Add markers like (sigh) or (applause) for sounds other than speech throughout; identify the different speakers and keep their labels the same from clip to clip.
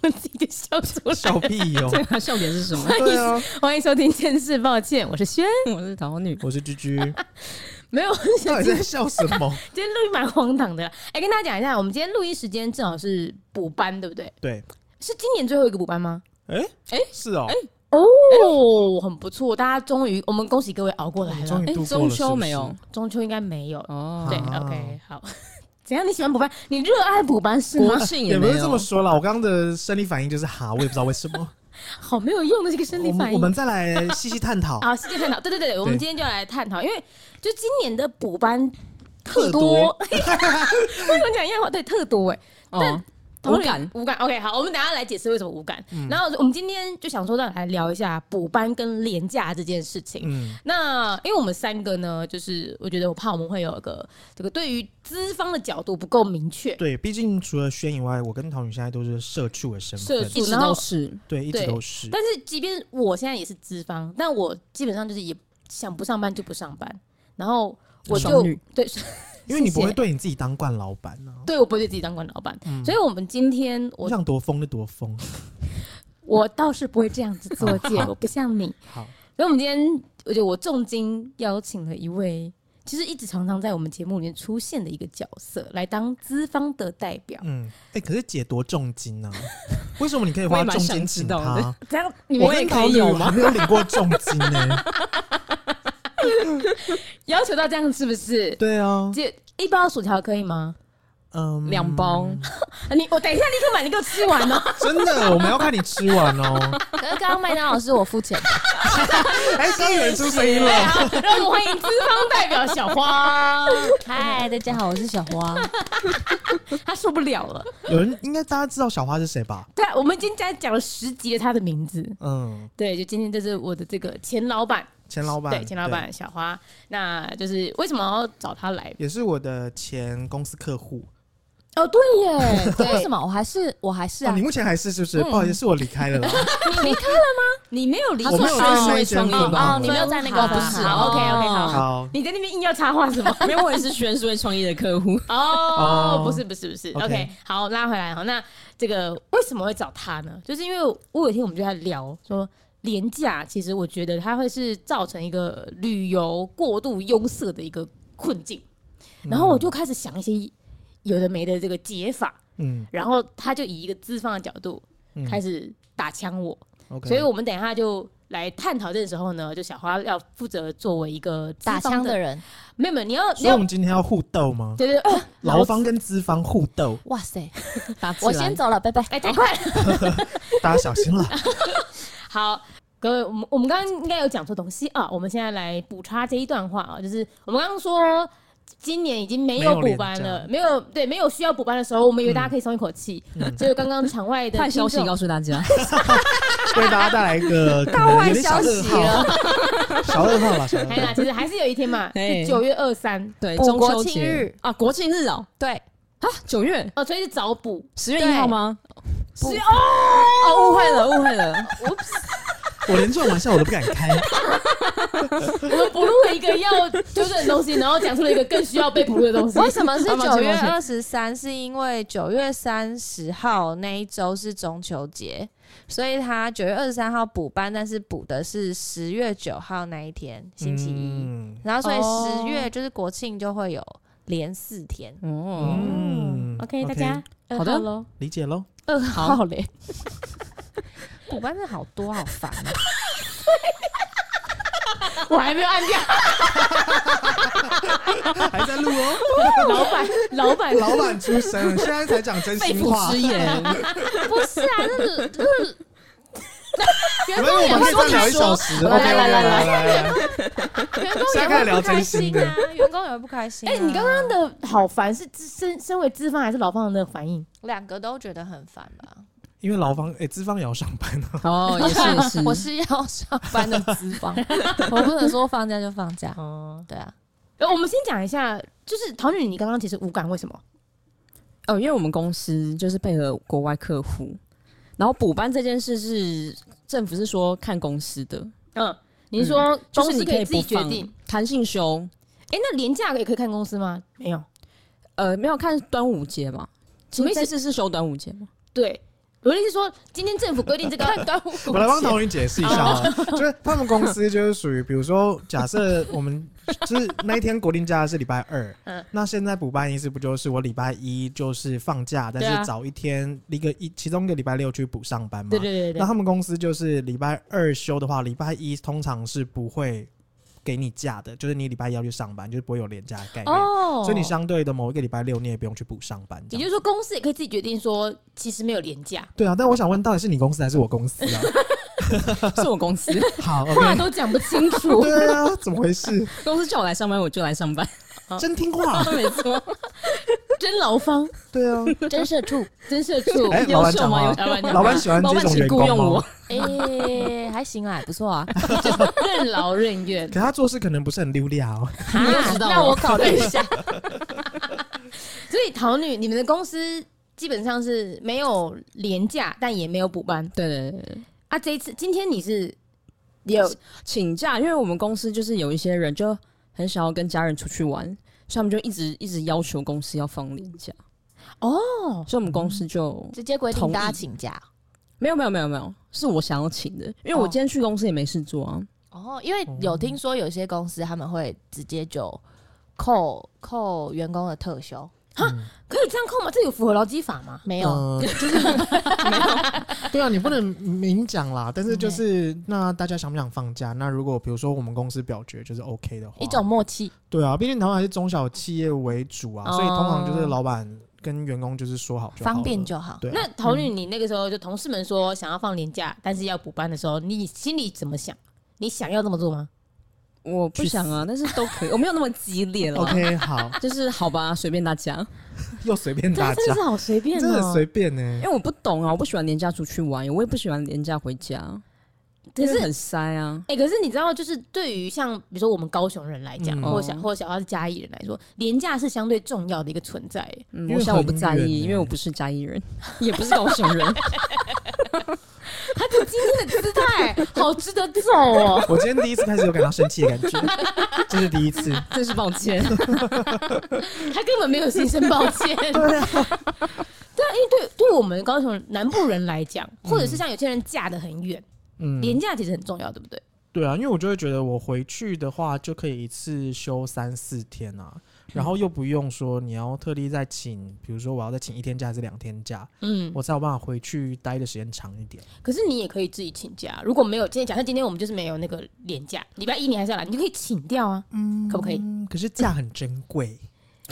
Speaker 1: 们自己笑出来。
Speaker 2: 笑屁哟、
Speaker 3: 对啊， (laughs) 笑点是什
Speaker 4: (laughs)
Speaker 3: 么？
Speaker 2: 对啊，
Speaker 1: 欢迎收听《见识抱歉》，我是轩，
Speaker 3: 我是桃女，
Speaker 2: 我是居居，
Speaker 1: 没有，我是
Speaker 2: 到
Speaker 1: 想
Speaker 2: 底
Speaker 1: 今
Speaker 2: 在
Speaker 1: 天
Speaker 2: 笑什么？
Speaker 1: 今天录音蛮荒唐的啦。哎、跟大家讲一下，我们今天录音时间正好是补班，对不对？
Speaker 2: 对，
Speaker 1: 是今年最后一个补班吗？
Speaker 2: 哎、
Speaker 1: 哎
Speaker 2: 是哦、
Speaker 1: 哦，很不错，大家终于，我们恭喜各位熬过来了。
Speaker 2: 哦终于
Speaker 1: 哎
Speaker 2: 度过了
Speaker 3: 中
Speaker 2: 是
Speaker 3: 秋
Speaker 2: 不
Speaker 3: 没
Speaker 2: 是
Speaker 3: 有？
Speaker 1: 中秋应该没有，
Speaker 3: 哦，
Speaker 1: 对、
Speaker 2: 啊
Speaker 1: o k 好。怎样？你喜欢补班？你热爱补班是吗
Speaker 3: 国？
Speaker 2: (laughs)
Speaker 3: 庆
Speaker 2: 也
Speaker 3: 没
Speaker 2: 不
Speaker 3: 有
Speaker 2: 是这么说啦，我刚刚的生理反应就是哈，我也不知道为什么。
Speaker 1: 好没有用的这个生理
Speaker 2: 我们我
Speaker 1: 反应啊
Speaker 2: 们。再来细细探讨。
Speaker 1: 好，世界探讨，对对对，我们
Speaker 2: 对
Speaker 1: 今天就来探讨，因为就今年的补班特
Speaker 2: (laughs) 特
Speaker 1: 多，
Speaker 2: 多
Speaker 1: (laughs) 为什么讲一样话？对，特多哎、
Speaker 3: 哦，
Speaker 1: 同
Speaker 3: 无
Speaker 1: 理
Speaker 3: 感，
Speaker 1: 无感。OK，好，我们等一下来解释为什么无感。然后我们今天就想说，再来聊一下补班跟廉价这件事情。
Speaker 2: (laughs) 嗯，
Speaker 1: 那因为我们三个呢，就是我觉得我怕我们会有一个这个对于资方的角度不够明确，
Speaker 2: 对，毕竟除了轩以外，我跟陶女现在都是社畜的身
Speaker 1: 社
Speaker 2: 份
Speaker 1: 畜，
Speaker 3: 一直
Speaker 1: 然后
Speaker 3: 都是
Speaker 2: 对，一直
Speaker 1: 对
Speaker 2: 都是。
Speaker 1: 但是即便我现在也是资方，但我基本上就是也想不上班就不上班，然后我就
Speaker 3: 双女
Speaker 1: 对， (laughs)
Speaker 2: 因为你
Speaker 1: 谢谢
Speaker 2: 不会对你自己当惯老板呢、啊。
Speaker 1: 对我不会对自己当惯老板，
Speaker 2: 嗯
Speaker 1: 所以我们今天
Speaker 2: 我
Speaker 1: 我
Speaker 2: 想多疯就多疯。
Speaker 1: 我倒是不会这样子做姐， (laughs) 我不像你。
Speaker 2: 好，
Speaker 1: 所以我们今天，我觉得我重金邀请了一位，其实一直常常在我们节目里面出现的一个角色，来当资方的代表。
Speaker 2: 嗯，哎、可是姐多重金呢、为什么你可以
Speaker 3: 我
Speaker 2: 花
Speaker 3: 也蛮
Speaker 2: 重金
Speaker 3: 想
Speaker 2: 请
Speaker 3: 知道的
Speaker 2: 她？
Speaker 1: 这样你
Speaker 2: 我
Speaker 1: 们也
Speaker 2: 跟
Speaker 1: 可
Speaker 2: 陶
Speaker 1: 以
Speaker 2: 女
Speaker 1: 有
Speaker 2: 我还
Speaker 1: 吗？
Speaker 2: 没有领过重金呢、
Speaker 1: (laughs) 要求到这样是不是？
Speaker 2: 对啊，
Speaker 1: 姐，一包薯条可以吗？
Speaker 2: 嗯，
Speaker 3: 两包，
Speaker 1: 啊你我等一下立刻买，你给我吃完哦。
Speaker 2: 真的，我们要看你吃完
Speaker 1: (laughs)
Speaker 2: 哦。
Speaker 1: 可是 (laughs) 刚刚麦当劳是我付钱。
Speaker 2: 哎，刚有人出声音了，
Speaker 1: 好，让 (laughs) 我们欢迎资方代表小花，
Speaker 4: 嗨，大家好，我是小花。
Speaker 1: (laughs) 她受不了了。
Speaker 2: 有人应该大家知道小花是谁吧？
Speaker 1: 对啊，我们今天讲了十集的她的名字。
Speaker 2: 嗯，
Speaker 1: 对，就今天就是我的这个前老板，
Speaker 2: 钱老板，
Speaker 1: 对，前老板小花，那就是为什么要找他来
Speaker 2: 对，？也是我的前公司客户。
Speaker 1: 哦，对耶，
Speaker 4: 为什么？我还是我还是
Speaker 2: 哦，
Speaker 4: 啊
Speaker 2: 你，目前还是是不
Speaker 1: 嗯
Speaker 2: 是？不好意思，是我离开了
Speaker 1: (laughs)
Speaker 2: 啦。
Speaker 1: (laughs) 你没有离啊
Speaker 3: 他
Speaker 2: 我
Speaker 3: 说
Speaker 2: 没有在那
Speaker 3: 是
Speaker 2: 一间
Speaker 3: 创意
Speaker 2: 分
Speaker 3: 吧？
Speaker 2: 行
Speaker 4: 哦你没有在那个
Speaker 1: 哦
Speaker 3: 不是
Speaker 1: 好，OK OK，
Speaker 4: 哦
Speaker 1: 好好，
Speaker 4: (laughs)
Speaker 2: 好，
Speaker 1: 你在那边硬要插话
Speaker 2: (laughs)
Speaker 1: 什么？
Speaker 3: 没有，我也是宣是会创意的客户。
Speaker 1: 哦
Speaker 2: 哦，
Speaker 1: 不是不是不是
Speaker 2: OK
Speaker 1: ，OK，好，拉回来好，那这个为什么会找他呢？就是因为我有一天我们就在聊说。廉价其实我觉得它会是造成一个旅游过度拥塞的一个困境， (laughs) 然后我就开始想一些有的没的这个解法，
Speaker 2: 嗯
Speaker 1: 然后他就以一个资方的角度
Speaker 2: 嗯
Speaker 1: 开始打枪我，
Speaker 2: ，OK。
Speaker 1: 所以我们等一下就来探讨这个时候呢，就小花要负责作为一个资
Speaker 4: 打
Speaker 1: 方
Speaker 4: 枪
Speaker 1: 的
Speaker 4: 的，人，
Speaker 1: 没有没有，你要你
Speaker 2: 所以我
Speaker 1: 要
Speaker 2: 们今天要互斗吗？
Speaker 1: 对对对，呃
Speaker 2: 劳方跟资方互斗，
Speaker 4: 哇塞！
Speaker 3: 打字
Speaker 4: 我
Speaker 3: 来
Speaker 4: 先走了，拜拜。
Speaker 1: 哎，太快了，
Speaker 2: 大家小心
Speaker 1: (laughs)
Speaker 2: 了。
Speaker 1: 好。各位，我们我们刚刚应该有讲错东西啊，我们现在来补插这一段话啊，就是我们刚刚说今年已经没有补班了，没有对没有需要补班的时候，我们以为大家可以松一口气，结果刚刚场外的
Speaker 3: 坏消
Speaker 1: 听
Speaker 3: 息哦
Speaker 1: 众
Speaker 3: 告诉大
Speaker 4: (laughs)
Speaker 3: 家，
Speaker 2: 为大家带来一
Speaker 1: (laughs)
Speaker 2: 个可能有点小噩耗，小噩耗了，小
Speaker 1: 哎啦，
Speaker 2: 噩
Speaker 1: 其实还是有一天嘛，
Speaker 3: 哎
Speaker 1: 九月二三
Speaker 3: 对，
Speaker 4: 补
Speaker 3: 中
Speaker 4: 国
Speaker 3: 秋
Speaker 4: 庆
Speaker 3: 节
Speaker 4: 日
Speaker 3: 啊，国庆日哦，
Speaker 4: 对，
Speaker 3: 啊，九月
Speaker 1: 哦，所以是早补，
Speaker 3: 十月
Speaker 4: 对
Speaker 3: 一号吗？
Speaker 4: 不
Speaker 1: 是
Speaker 3: 哦，误会了，误会
Speaker 4: (laughs)
Speaker 3: 了，
Speaker 2: 耗。我连这种玩笑我都不敢开。
Speaker 1: 我们补录了一个要纠正的东西，然后讲出了一个更需要被补录的东西。
Speaker 4: 为什么是
Speaker 1: 啊抱
Speaker 4: 九
Speaker 1: 歉
Speaker 4: 月
Speaker 1: 抱歉
Speaker 4: 二十三？是因为九月三十号那一周是中秋节，所以他九月二十三号补班，但是补的是十月九号那一天，星期一。
Speaker 2: 嗯
Speaker 4: 然后所以
Speaker 1: 哦
Speaker 4: 十月就是国庆就会有连四天。
Speaker 3: 哦，
Speaker 2: 嗯
Speaker 1: OK，大家呃
Speaker 3: 好的
Speaker 1: 喽，
Speaker 2: 理解喽。
Speaker 1: 二号嘞，
Speaker 4: 补班真的好多，好烦啊。
Speaker 1: 我还没有按掉。
Speaker 2: 还在录哦，
Speaker 1: (laughs) 老板，老
Speaker 2: (laughs)
Speaker 1: 板，
Speaker 2: 老板出声，现在才讲真
Speaker 3: 肺
Speaker 2: 心话
Speaker 1: (laughs)
Speaker 3: 腑之。言，
Speaker 4: 不是啊，那
Speaker 1: 呃
Speaker 4: 那
Speaker 2: 没有，我们可以再聊一小时。
Speaker 1: 来
Speaker 2: OK，
Speaker 1: 来来来
Speaker 2: 来来，
Speaker 4: (laughs) 员
Speaker 2: 现在开始
Speaker 4: 工也会
Speaker 2: 聊
Speaker 4: 不开
Speaker 2: 真心
Speaker 4: 心
Speaker 2: 的
Speaker 4: 啊，员工也会不开心啊。
Speaker 1: 哎，你刚刚的好烦是资身身为资方还是老方的反应？
Speaker 4: 两个都觉得很烦吧？
Speaker 2: 因为劳方诶，资方也要上班啊。
Speaker 3: 哦，也是也是，
Speaker 4: 我是要上班的资方， (laughs) 我不能说放假就放假。
Speaker 1: 哦，
Speaker 4: 对啊，
Speaker 1: 呃，我们先讲一下，就是桃女，你刚刚其实无感，为什么？
Speaker 3: 哦，因为我们公司就是配合国外客户，然后补班这件事是政府是说看公司的，
Speaker 1: 嗯，你说
Speaker 3: 就
Speaker 1: 公
Speaker 3: 是
Speaker 1: 司
Speaker 3: 你
Speaker 1: 可以
Speaker 3: 以
Speaker 1: 自己
Speaker 3: 不
Speaker 1: 决
Speaker 3: 放
Speaker 1: 定。
Speaker 3: 弹性休，
Speaker 1: 哎，那廉价也可以看公司吗？没有，
Speaker 3: 呃，没有看端午节嘛？
Speaker 1: 什么意思
Speaker 3: 这次是休端午节吗？
Speaker 1: 对。我的意思说，今天政府规定 (laughs) 这个端午
Speaker 2: 我来帮桃园解释一下啊，
Speaker 1: 哦
Speaker 2: 就是他们公司就是属于，比如说，假设我们就是那一天国定假日是礼拜二，
Speaker 1: (laughs) 嗯
Speaker 2: 那现在补办意思不就是我礼拜一就是放假，但
Speaker 1: 对啊
Speaker 2: 是早一天一个一其中一个礼拜六去补上班嘛？
Speaker 1: 对对对
Speaker 2: 那
Speaker 1: 对
Speaker 2: 他们公司就是礼拜二休的话，礼拜一通常是不会给你假的，就是你礼拜一要去上班，就是不会有连假的概念。
Speaker 1: 哦
Speaker 2: 哎所以你相对的某一个礼拜六，你也不用去补上班。这
Speaker 1: 也
Speaker 2: 样
Speaker 1: 就是说，公司也可以自己决定说，其实没有廉价，
Speaker 2: 对啊，但我想问，到底是你公司还是我公司啊？
Speaker 3: 是我公司， (laughs)
Speaker 2: 好
Speaker 1: 话
Speaker 2: ，OK，
Speaker 1: (laughs) 都讲不清楚。
Speaker 2: 对啊，怎么回事？
Speaker 3: 公司叫我来上班，我就来上班，
Speaker 2: 真听
Speaker 1: 啊
Speaker 2: 话，
Speaker 3: 没错。
Speaker 1: (laughs) 真劳方，
Speaker 2: 对啊。
Speaker 1: (laughs) 真社畜， (laughs) 真社畜。
Speaker 2: 哎，老板讲话啊
Speaker 3: 优秀
Speaker 1: 老
Speaker 3: 吗，
Speaker 1: 板讲话
Speaker 2: 老板喜欢
Speaker 3: 老
Speaker 2: 这
Speaker 3: 板
Speaker 2: 种
Speaker 3: 请
Speaker 2: 员
Speaker 3: 雇佣
Speaker 2: 工
Speaker 3: 我
Speaker 2: 吗？，
Speaker 4: 哎，还行啊，不
Speaker 2: (laughs)
Speaker 4: 错啊。
Speaker 1: 任劳任怨
Speaker 2: 可。他做事可能不是很溜达哦。
Speaker 3: 你又知道
Speaker 1: 啊那
Speaker 3: 了
Speaker 1: 我考虑一下。 (laughs) 所以桃女，你们的公司基本上是没有廉价，但也没有补班
Speaker 3: 对对对对，
Speaker 1: 啊。这一次，今天你是有
Speaker 3: 请假，因为我们公司就是有一些人就很想要跟家人出去玩，所以他们就一直一直要求公司要放年假，
Speaker 1: 哦，
Speaker 3: 所以我们公司就
Speaker 4: 直接规定大家请假
Speaker 3: 没有没有没有没有，是我想要请的，因为我
Speaker 4: 哦
Speaker 3: 今天去公司也没事做啊。
Speaker 4: 哦，因为有听说有些公司他们会直接就扣扣员工的特休，
Speaker 1: 可以这样扣吗？这有符合劳基法吗？
Speaker 4: 没
Speaker 2: 没
Speaker 4: 有
Speaker 2: 呃就是对啊，你不能明讲啦。但是就是那大家想不想放假？那如果比如说我们公司表决就是 OK 的话，
Speaker 4: 一种默契。
Speaker 2: 对啊，毕竟台湾还是中小企业为主啊，
Speaker 1: 哦
Speaker 2: 所以通常就是老板跟员工就是说好就好了
Speaker 4: 方便就好。
Speaker 2: 对啊。
Speaker 1: 那桃女，你那个时候就同事们说想要放年假，但是要补班的时候，你心里怎么想？你想要这么做吗？
Speaker 3: 我不想啊，但是都可以，我没有那么激烈 (laughs) 了。
Speaker 2: OK 好，
Speaker 3: 就是好吧，随便大家，
Speaker 2: 又随便大
Speaker 1: 真的
Speaker 2: 家
Speaker 1: 是，好随便
Speaker 2: 真的很
Speaker 1: 哦、
Speaker 2: 随便呢
Speaker 3: 因为。我不懂啊，我不喜欢年假出去玩，我也不喜欢年假回家，
Speaker 1: 可
Speaker 3: 因
Speaker 1: 是
Speaker 3: 为很塞啊。
Speaker 1: 哎、可是你知道，就是对于像比如说我们高雄人来讲，
Speaker 2: 嗯
Speaker 1: 或小或小花是嘉义人来说，廉价是相对重要的一个存在。
Speaker 3: 嗯，
Speaker 2: 因为
Speaker 3: 我想我不
Speaker 2: 很
Speaker 3: 在
Speaker 2: 远
Speaker 3: 意，
Speaker 2: 欸
Speaker 3: 因为我不是嘉义人， (laughs) 也不是高雄 (laughs) 人。
Speaker 1: 他的今天的姿态 (laughs) 好值得揍哦！
Speaker 2: 我今天第一次开始有感到生气的感觉，这是第一次。
Speaker 3: 真是抱
Speaker 1: (laughs)
Speaker 3: 歉。
Speaker 1: 他根本没有心生抱歉。 (laughs) 对啊，因为对对我们高雄南部人来讲，或者是像有些人嫁得很远，
Speaker 2: 嗯，
Speaker 1: 廉价其实很重要，对不对？
Speaker 2: 对啊，因为我就会觉得我回去的话就可以一次休三四天啊，然后又不用说你要特地再请，比如说我要再请一天假还是两天假，
Speaker 1: 嗯，
Speaker 2: 我才有办法回去待的时间长一点。
Speaker 1: 可是你也可以自己请假，如果没有今天，假设今天我们就是没有那个年假，礼拜一你还是要来，你就可以请掉啊，
Speaker 2: 嗯
Speaker 1: 可不可以？
Speaker 2: 可是假很珍贵。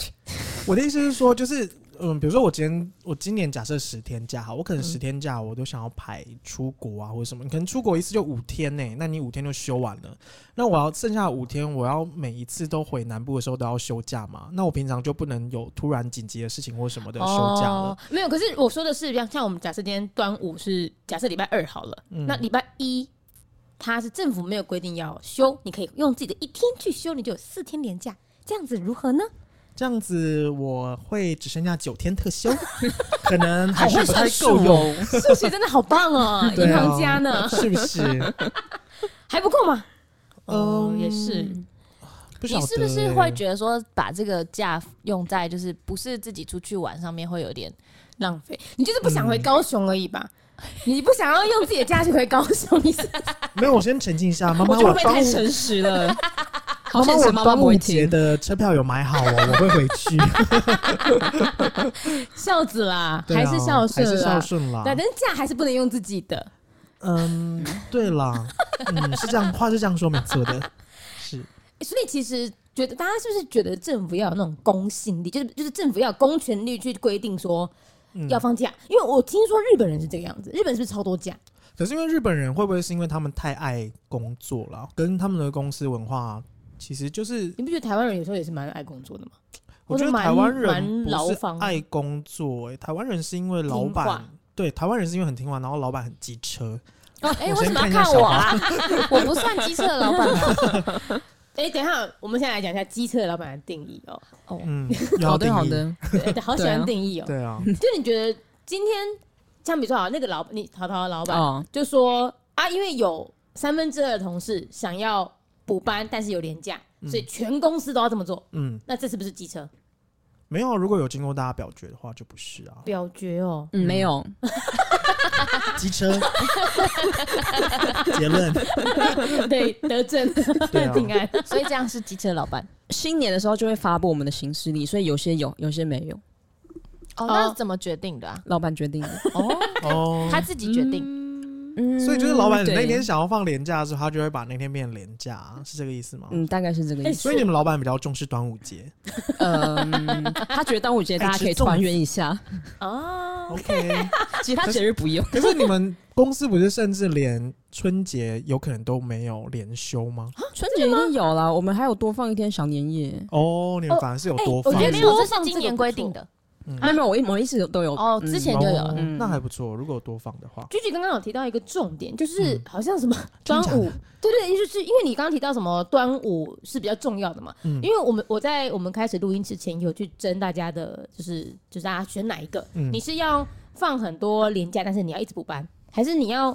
Speaker 2: (laughs) 我的意思是说，就是嗯，比如说我今天我今年假设十天假好，我
Speaker 1: 嗯
Speaker 2: 可能十天假我都想要排出国啊或者什么，你可能出国一次就五天呢、那你五天就休完了，那我要剩下的五天，我要每一次都回南部的时候都要休假嘛，那我平常就不能有突然紧急的事情或什么的休假了。
Speaker 1: 哦。没有，可是我说的是，像像我们假设今天端午是假设礼拜二好了，
Speaker 2: 嗯
Speaker 1: 那礼拜一它是政府没有规定要休，你可以用自己的一天去休，你就有四天连假，这样子如
Speaker 2: (laughs)
Speaker 1: 何呢？
Speaker 2: 这样子我会只剩下九天特休，可能还是
Speaker 1: 好会
Speaker 2: 不太
Speaker 1: 算数
Speaker 2: 够用，
Speaker 1: 数学真的好棒哦，
Speaker 2: 对
Speaker 1: 银
Speaker 2: 啊
Speaker 1: 行家呢
Speaker 2: 是不是？
Speaker 1: 还不够吗？哦，
Speaker 2: 嗯
Speaker 1: 也是，
Speaker 2: 不晓
Speaker 4: 你
Speaker 2: 得
Speaker 4: 是不是
Speaker 2: 欸
Speaker 4: 会觉得说，把这个假用在就是不是自己出去玩上面会有点？
Speaker 1: 浪费，你就是不想
Speaker 2: 嗯
Speaker 1: 回高雄而已吧？你不想要用自己的假去回高雄，你是
Speaker 2: 没有，我先澄清一下，妈妈，
Speaker 3: (laughs) 我觉得
Speaker 2: 我
Speaker 3: 会
Speaker 2: 端
Speaker 3: 太
Speaker 2: 午，
Speaker 3: 诚实 (laughs) 了，好
Speaker 2: 妈妈，
Speaker 3: 现
Speaker 2: 我
Speaker 3: 实，妈妈
Speaker 2: 端
Speaker 3: 不
Speaker 2: 午
Speaker 3: 会
Speaker 2: 节
Speaker 3: 听。
Speaker 2: 的车票有买好哦，我会回去。
Speaker 1: 孝子啦，
Speaker 2: 对
Speaker 1: 还
Speaker 2: 啊
Speaker 1: 是孝顺
Speaker 2: 还是孝
Speaker 1: 啦？
Speaker 2: 顺啦
Speaker 1: 对，。但是假还是不能用自己的。
Speaker 2: 嗯，对啦，嗯，是这样，话是这样说没错的，是。
Speaker 1: 欸所以其实觉得大家是不是觉得政府要有那种公信力，就是就是政府要有公权力去规定说
Speaker 2: 嗯
Speaker 1: 要放假？因为我听说日本人是这个样子，日本是不是超多假？
Speaker 2: 可是因为日本人会不会是因为他们太爱工作了，跟他们的公司文化，其实就是
Speaker 1: 你不觉得台湾人有时候也是蛮爱工作的吗？
Speaker 2: 我觉得
Speaker 1: 或者蛮
Speaker 2: 台湾人
Speaker 1: 蛮
Speaker 2: 不
Speaker 1: 劳
Speaker 2: 是
Speaker 1: 方
Speaker 2: 爱工作、欸，台湾人是因为老
Speaker 1: 听话
Speaker 2: 板对台湾人是因为很听话，然后老板很机车，
Speaker 4: 哎，
Speaker 2: 啊我
Speaker 4: 为
Speaker 2: 先
Speaker 4: 什么
Speaker 2: 看一下
Speaker 4: 要看
Speaker 2: 小
Speaker 4: 我
Speaker 2: 花
Speaker 4: 啊？ (laughs) 我不算机车的老
Speaker 2: (laughs)
Speaker 4: 板吧？
Speaker 1: 哎、等一下，我们现在来讲一下机车的老板的定义哦、
Speaker 2: 嗯，
Speaker 3: 好
Speaker 2: 要定
Speaker 3: 的，好
Speaker 2: 义，
Speaker 3: 的，
Speaker 1: (laughs) 对，好喜
Speaker 3: 对
Speaker 1: 欢
Speaker 3: 啊
Speaker 1: 定义哦、
Speaker 2: 对啊，
Speaker 1: 就你觉得今天，像比如说好，那个老你淘淘的老板、
Speaker 3: 哦，
Speaker 1: 就说啊，因为有三分之二的同事想要嗯补班，但是有年假，所以全公司都要这么做。
Speaker 2: 嗯，
Speaker 1: 那这是不是机车？
Speaker 2: 没有啊，如果有经过大家表决的话，就不是啊。
Speaker 1: 表决哦，
Speaker 3: 嗯，没有，
Speaker 2: 机车 (laughs) 结论，
Speaker 1: 对，得证
Speaker 2: 对啊
Speaker 1: 平安。
Speaker 4: 所以这样是机车老板。
Speaker 3: 新年的时候就会发布我们的行事历，所以有些有，有些没有，
Speaker 1: 那
Speaker 4: 哦，那怎么决定的啊？
Speaker 3: 老板决定的。
Speaker 4: 哦，
Speaker 2: 哦
Speaker 4: 他自己决定。
Speaker 1: 嗯
Speaker 3: 嗯
Speaker 2: 所以就是老板
Speaker 3: 对
Speaker 2: 那天想要放年假的时候，他就会把那天变成年假，是这个意思吗？
Speaker 3: 嗯，大概是这个意思。
Speaker 2: 所以你们老板比较重视端午节
Speaker 3: (laughs) 嗯，他觉得端午节大家可以团圆一下，
Speaker 1: 哦，
Speaker 2: ，OK？
Speaker 3: 其他节日不用。
Speaker 2: 可是你们公司不是甚至连春节有可能都没有连休吗？
Speaker 3: (laughs) 春节一定有啦，我们还有多放一天小年夜。
Speaker 2: 哦，你们反而
Speaker 4: 哎
Speaker 2: 是有多
Speaker 1: 哎我
Speaker 2: 放
Speaker 1: 觉
Speaker 2: 的，
Speaker 1: 得
Speaker 4: 没
Speaker 1: 多
Speaker 4: 有，这
Speaker 1: 放这
Speaker 4: 是今
Speaker 1: 个
Speaker 4: 年
Speaker 1: 不
Speaker 4: 规
Speaker 1: 错
Speaker 4: 定的。
Speaker 2: 嗯
Speaker 3: 没有没有，我一我一直都有。
Speaker 4: 哦，
Speaker 3: 嗯
Speaker 4: 之前就有
Speaker 2: 哦
Speaker 4: 了。
Speaker 3: 嗯
Speaker 2: 那还不错。如果有多放的话，
Speaker 1: 菊菊刚刚有提到一个重点，就是
Speaker 2: 嗯
Speaker 1: 好像什么
Speaker 2: 真
Speaker 1: 端
Speaker 2: 的假的
Speaker 1: 午，对对，就是因为你刚刚提到什么端午是比较重要的嘛，
Speaker 2: 嗯
Speaker 1: 因为我们我在我们开始录音之前有去征大家的，就是就是大家选哪一个，
Speaker 2: 嗯
Speaker 1: 你是要放很多年假，但是你要一直补班，还是你要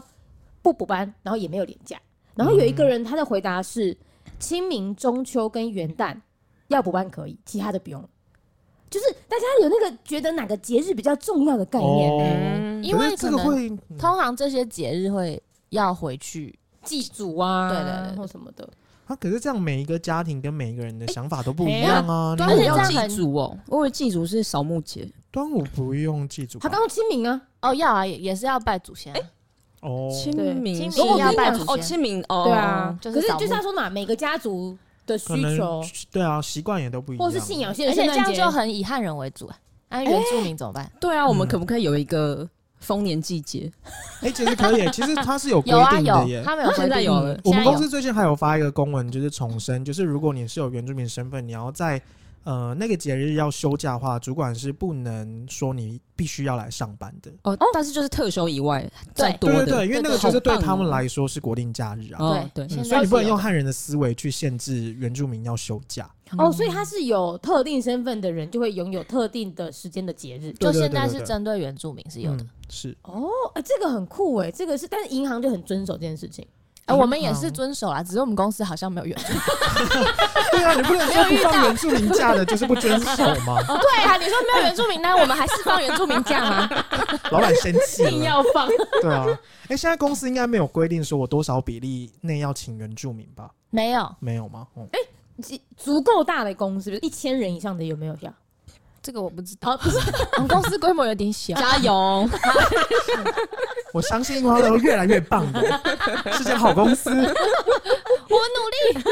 Speaker 1: 不补班，然后也没有年假？然后有一
Speaker 2: 嗯
Speaker 1: 个人他的回答是清明、中秋跟元旦要补班可以，其他的不用了。就是大家有那个觉得哪个节日比较重要的概念，
Speaker 3: 嗯
Speaker 2: 哦，
Speaker 4: 因为
Speaker 2: 可是这
Speaker 4: 可
Speaker 2: 个
Speaker 4: 能
Speaker 2: 会嗯
Speaker 4: 通常这些节日会要回去，
Speaker 1: 祭祖啊，
Speaker 4: 对对对对
Speaker 1: 或什么的。
Speaker 2: 啊，可是这样每一个家庭跟每一个人的想法都不一
Speaker 1: 哎
Speaker 2: 样啊。
Speaker 4: 对
Speaker 2: 你
Speaker 4: 而且
Speaker 2: 们
Speaker 4: 这
Speaker 3: 要
Speaker 4: 样
Speaker 3: 祭祖哦，我以为祭祖是扫墓节，
Speaker 2: 端午不用祭祖吧，
Speaker 1: 他刚刚清明啊，
Speaker 4: 哦，要啊，也也是要拜祖先啊，
Speaker 2: 哦，
Speaker 3: 清
Speaker 4: 对
Speaker 3: 明
Speaker 4: 清明
Speaker 1: 要
Speaker 4: 拜祖先
Speaker 3: 哦，清明哦，
Speaker 1: 对啊，
Speaker 4: 就是
Speaker 1: 可是
Speaker 4: 扫墓
Speaker 1: 就是他说嘛，每个家族的需
Speaker 2: 可能
Speaker 1: 求，
Speaker 2: 对啊，习惯也都不一样，
Speaker 1: 或是信仰性
Speaker 4: 而
Speaker 1: 的
Speaker 4: 且
Speaker 1: 圣
Speaker 4: 这
Speaker 1: 诞
Speaker 4: 样
Speaker 1: 节，
Speaker 4: 就很以汉人为主啊。那原住民怎么办？
Speaker 3: 对啊，我们
Speaker 2: 嗯
Speaker 3: 可不可以有一个丰年祭节？
Speaker 2: 哎、其实可以，其实它是有规
Speaker 4: 有啊
Speaker 2: 定的耶
Speaker 4: 有，。他们有规定
Speaker 3: 现在有了
Speaker 2: 我
Speaker 4: 现
Speaker 2: 们
Speaker 4: 在有
Speaker 2: 公司最近还有发一个公文，就是重申，就是如果你是有原住民身份，你要在呃那个节日要休假的话，主管是不能说你必须要来上班的。
Speaker 3: 哦，但是就是特休以外再
Speaker 4: 对
Speaker 3: 多
Speaker 2: 对对
Speaker 3: 的，
Speaker 2: 对，因为那个就是
Speaker 3: 好棒
Speaker 2: 对
Speaker 3: 哦
Speaker 2: 他们来说是国定假日啊，
Speaker 3: 哦对
Speaker 4: 对，
Speaker 2: 嗯
Speaker 4: 现在
Speaker 2: 所以你不能用
Speaker 4: 是
Speaker 2: 汉人的思维去限制原住民要休假。
Speaker 1: 哦，所以他是有特定身份的人就会拥有特定的时间的节日。
Speaker 2: 对
Speaker 4: 有
Speaker 2: 对
Speaker 4: 的，就现在
Speaker 2: 对对
Speaker 4: 是
Speaker 2: 对
Speaker 4: 针对原住民是有的
Speaker 2: 嗯。，是
Speaker 1: 哦，哎、这个很酷哎，这个是，但是银行就很遵守这件事情。
Speaker 4: 哎，我们也是遵守啦，只是我们公司好像没有原住民。
Speaker 2: 对啊，你不能说不放原住民假的就是不遵守
Speaker 4: (laughs)
Speaker 2: 嘛，
Speaker 4: 对啊，你说没有原住民，那我们还是放原住民假
Speaker 2: (laughs)
Speaker 4: 吗？
Speaker 2: 老板生气
Speaker 1: 硬
Speaker 2: 了。
Speaker 1: 要放，
Speaker 2: 对啊，哎、现在公司应该没有规定说我多少比例内要请原住民吧？
Speaker 4: 没有，
Speaker 2: 没有吗？
Speaker 4: 哎
Speaker 2: 哦，
Speaker 1: 足足够大的公司， (laughs) 比如一千人以上的有没有要？
Speaker 4: 这个我不知道。
Speaker 1: 哦，不
Speaker 4: (laughs)
Speaker 1: 是，
Speaker 4: 我们公司规模有点小，
Speaker 3: 加油！
Speaker 2: 我相信樱花都越来越棒的，是间好公司。
Speaker 4: (laughs) 我努力。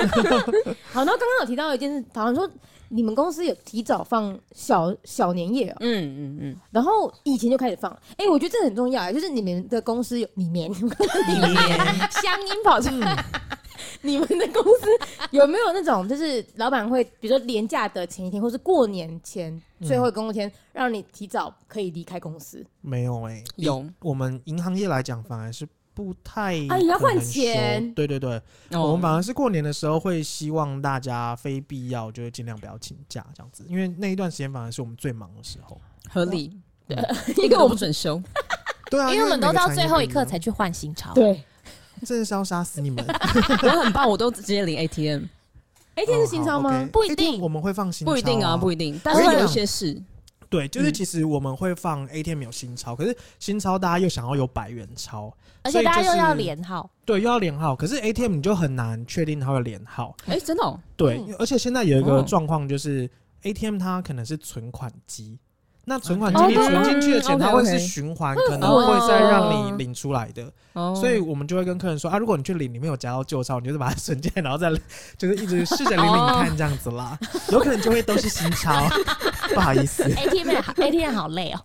Speaker 1: 好，那刚刚有提到一件事，好像说你们公司有提早放小小年夜哦，
Speaker 3: 嗯嗯嗯，
Speaker 1: 然后以前就开始放，哎、我觉得这很重要哎，就是你们的公司有里面
Speaker 2: 里面
Speaker 1: 乡音跑出来。你们的公司有没有那种，就是老板会，比如说年假的前一天，或是过年前最后一个工作天，让你提早可以离开公司？
Speaker 2: 没有
Speaker 4: (laughs)
Speaker 2: 哎、
Speaker 3: 有
Speaker 2: 我们银行业来讲，反而是不太
Speaker 1: 啊
Speaker 4: 哎
Speaker 1: 你要
Speaker 2: 可能
Speaker 1: 换钱
Speaker 2: 休对对对，
Speaker 4: 哦
Speaker 2: 我
Speaker 3: 哦
Speaker 2: 们反而是过年的时候会希望大家非必要就是尽量不要请假这样子，因为那一段时间反而是我们最忙的时候。
Speaker 3: 合理， (laughs)
Speaker 2: 对
Speaker 3: 一个我不准休，
Speaker 2: 对啊，
Speaker 4: 因为我们都
Speaker 2: 每个
Speaker 4: 到
Speaker 2: 产业
Speaker 4: 最后
Speaker 2: 不
Speaker 4: 一刻
Speaker 2: 样
Speaker 4: 才，去换新钞。
Speaker 1: 对，
Speaker 2: 真的是要杀死你们。
Speaker 3: 我很棒，我都直接领 ATM，
Speaker 1: 哎、这是新招吗？
Speaker 2: 哦好，OK
Speaker 4: 不一
Speaker 2: 欸
Speaker 4: 定
Speaker 2: 我们会放新钞、
Speaker 3: 不一定啊，不
Speaker 2: 一
Speaker 3: 一定，但是有一些是，
Speaker 2: 对，就是
Speaker 3: 嗯
Speaker 2: 其实我们会放 ATM 有新钞，可是新钞大家又想要有百元钞，
Speaker 4: 而
Speaker 2: 所
Speaker 4: 且
Speaker 2: 以就
Speaker 4: 大家又
Speaker 2: 是
Speaker 4: 要连号，
Speaker 2: 对，又要连号，可是 ATM 你就很难确定它会连号，
Speaker 3: 哎，真的哦，
Speaker 2: 对，
Speaker 1: 嗯
Speaker 2: 而且现在有一个
Speaker 3: 哦
Speaker 2: 状况就是、ATM 它可能是存款机。那存款机
Speaker 1: 哦
Speaker 2: 你
Speaker 1: 对
Speaker 2: 存进去的钱，
Speaker 3: 嗯
Speaker 2: 它会
Speaker 3: OK，OK
Speaker 2: 是循环，可能会再让你领出来的，
Speaker 3: 哦
Speaker 2: 所以我们就会跟客人说啊，如果你去领里面有夹到旧钞，你就是把它存进来，然后再 (laughs) 就是一直试着领领看这样子
Speaker 3: (laughs)
Speaker 2: 啦，有可能就会都是新钞，不好意思。
Speaker 3: 哎
Speaker 4: ATM 好 ATM 好累哦，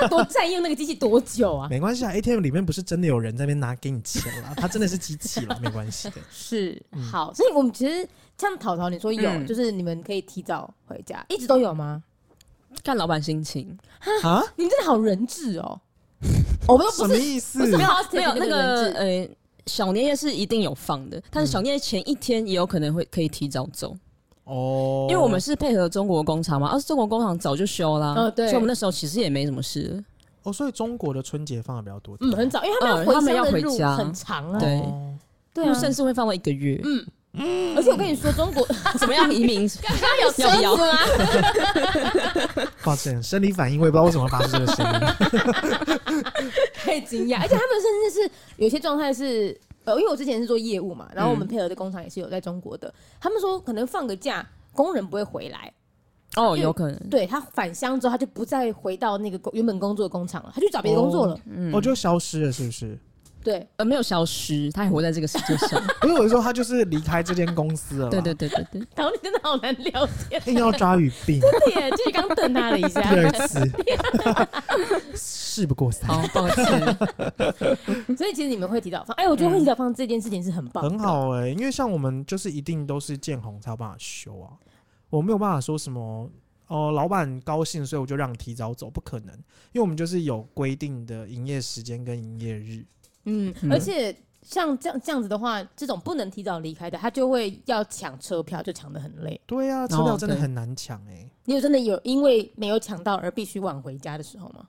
Speaker 1: 他多占用那个机器多久啊？
Speaker 2: 没关系啊，ATM 里面不是真的有人在那边拿给你钱
Speaker 3: (laughs)
Speaker 2: 啦，它真的是机器了，没关系的。
Speaker 1: 是
Speaker 2: 嗯，
Speaker 1: 好，所以我们其实像淘淘你说有，
Speaker 3: 嗯
Speaker 1: 就是你们可以提早回家，一直都有吗？
Speaker 3: 看老板心情，
Speaker 2: 啊，
Speaker 3: 哦
Speaker 1: 你们真的好人质哦，我们都
Speaker 2: 什
Speaker 1: 不
Speaker 2: 么
Speaker 1: 是
Speaker 2: 意
Speaker 1: 不
Speaker 2: 思
Speaker 1: 是？
Speaker 3: 没有那个
Speaker 1: 人质
Speaker 3: 呃。小年夜是一定有放的，但是小年夜前一天也有可能会可以提早走，
Speaker 2: 哦
Speaker 3: 因为我们是配合中国工厂嘛，而、啊、中国工厂早就休啦，
Speaker 1: 嗯对
Speaker 3: 所以我们那时候其实也没什么事了。
Speaker 2: 哦，所以中国的春节放的比较多，
Speaker 1: 嗯，很早，因为他
Speaker 3: 嗯
Speaker 1: 们要
Speaker 3: 他
Speaker 1: 回
Speaker 3: 们
Speaker 1: 乡
Speaker 3: 要
Speaker 1: 的
Speaker 3: 回
Speaker 1: 路
Speaker 3: 家
Speaker 1: 很长啊，
Speaker 3: 对嗯
Speaker 2: 哦
Speaker 1: 对
Speaker 3: 他
Speaker 1: 啊
Speaker 3: 们，甚至会放到一个月。 (laughs)
Speaker 1: 而且我跟你说，中国 (laughs)
Speaker 3: 怎么样移民？
Speaker 1: 有
Speaker 4: 啊
Speaker 3: 要不要
Speaker 1: 车子吗？
Speaker 2: 抱歉，生理反应我也不知道为什么会发出这个声
Speaker 3: (laughs)
Speaker 2: 音。
Speaker 1: 太惊讶，而且他们甚至是有些状态是，呃，因为我之前是做业务
Speaker 3: 嗯
Speaker 1: 嘛，然后我们配合的工厂也是有在中国的，他们说可能放个假，工人不会回来，
Speaker 3: 哦，有可能，
Speaker 1: 对他返乡之后他就不再回到那个工原本工作的工厂了，他去找别的工作了，
Speaker 3: 嗯，
Speaker 2: 我、哦就消失了，是不是？ (laughs)
Speaker 1: 对，
Speaker 3: 呃没有消失，他还活在这个世界上。
Speaker 2: 不是，我是说他就是离开这间公司了。
Speaker 3: 对对，对对对，
Speaker 1: 然后你真的好难聊
Speaker 3: (laughs)
Speaker 1: 天，
Speaker 2: 硬要抓语病，啊
Speaker 1: 对耶，就是刚瞪他了一下，
Speaker 2: 对词，事不过三，
Speaker 1: 哦
Speaker 3: 好，抱歉，
Speaker 1: 所以其实你们会提早放，哎，
Speaker 3: 嗯
Speaker 1: 我觉得会提早放这件事情是很棒，
Speaker 2: 很。好哎、因为像我们就是一定都是见红才有办法休啊，我没有办法说什么。哦，老板高兴，所以我就让你提早走，不可能，因为我们就是有规定的营业时间跟营业日。
Speaker 1: 嗯，
Speaker 3: 嗯
Speaker 1: 而且像这样这样子的话，这种不能提早离开的，他就会要抢车票，就抢的很累。
Speaker 2: 对啊，车票真的
Speaker 3: 对
Speaker 2: 很难抢哎、
Speaker 1: 你有真的有因为没有抢到而必须晚回家的时候吗？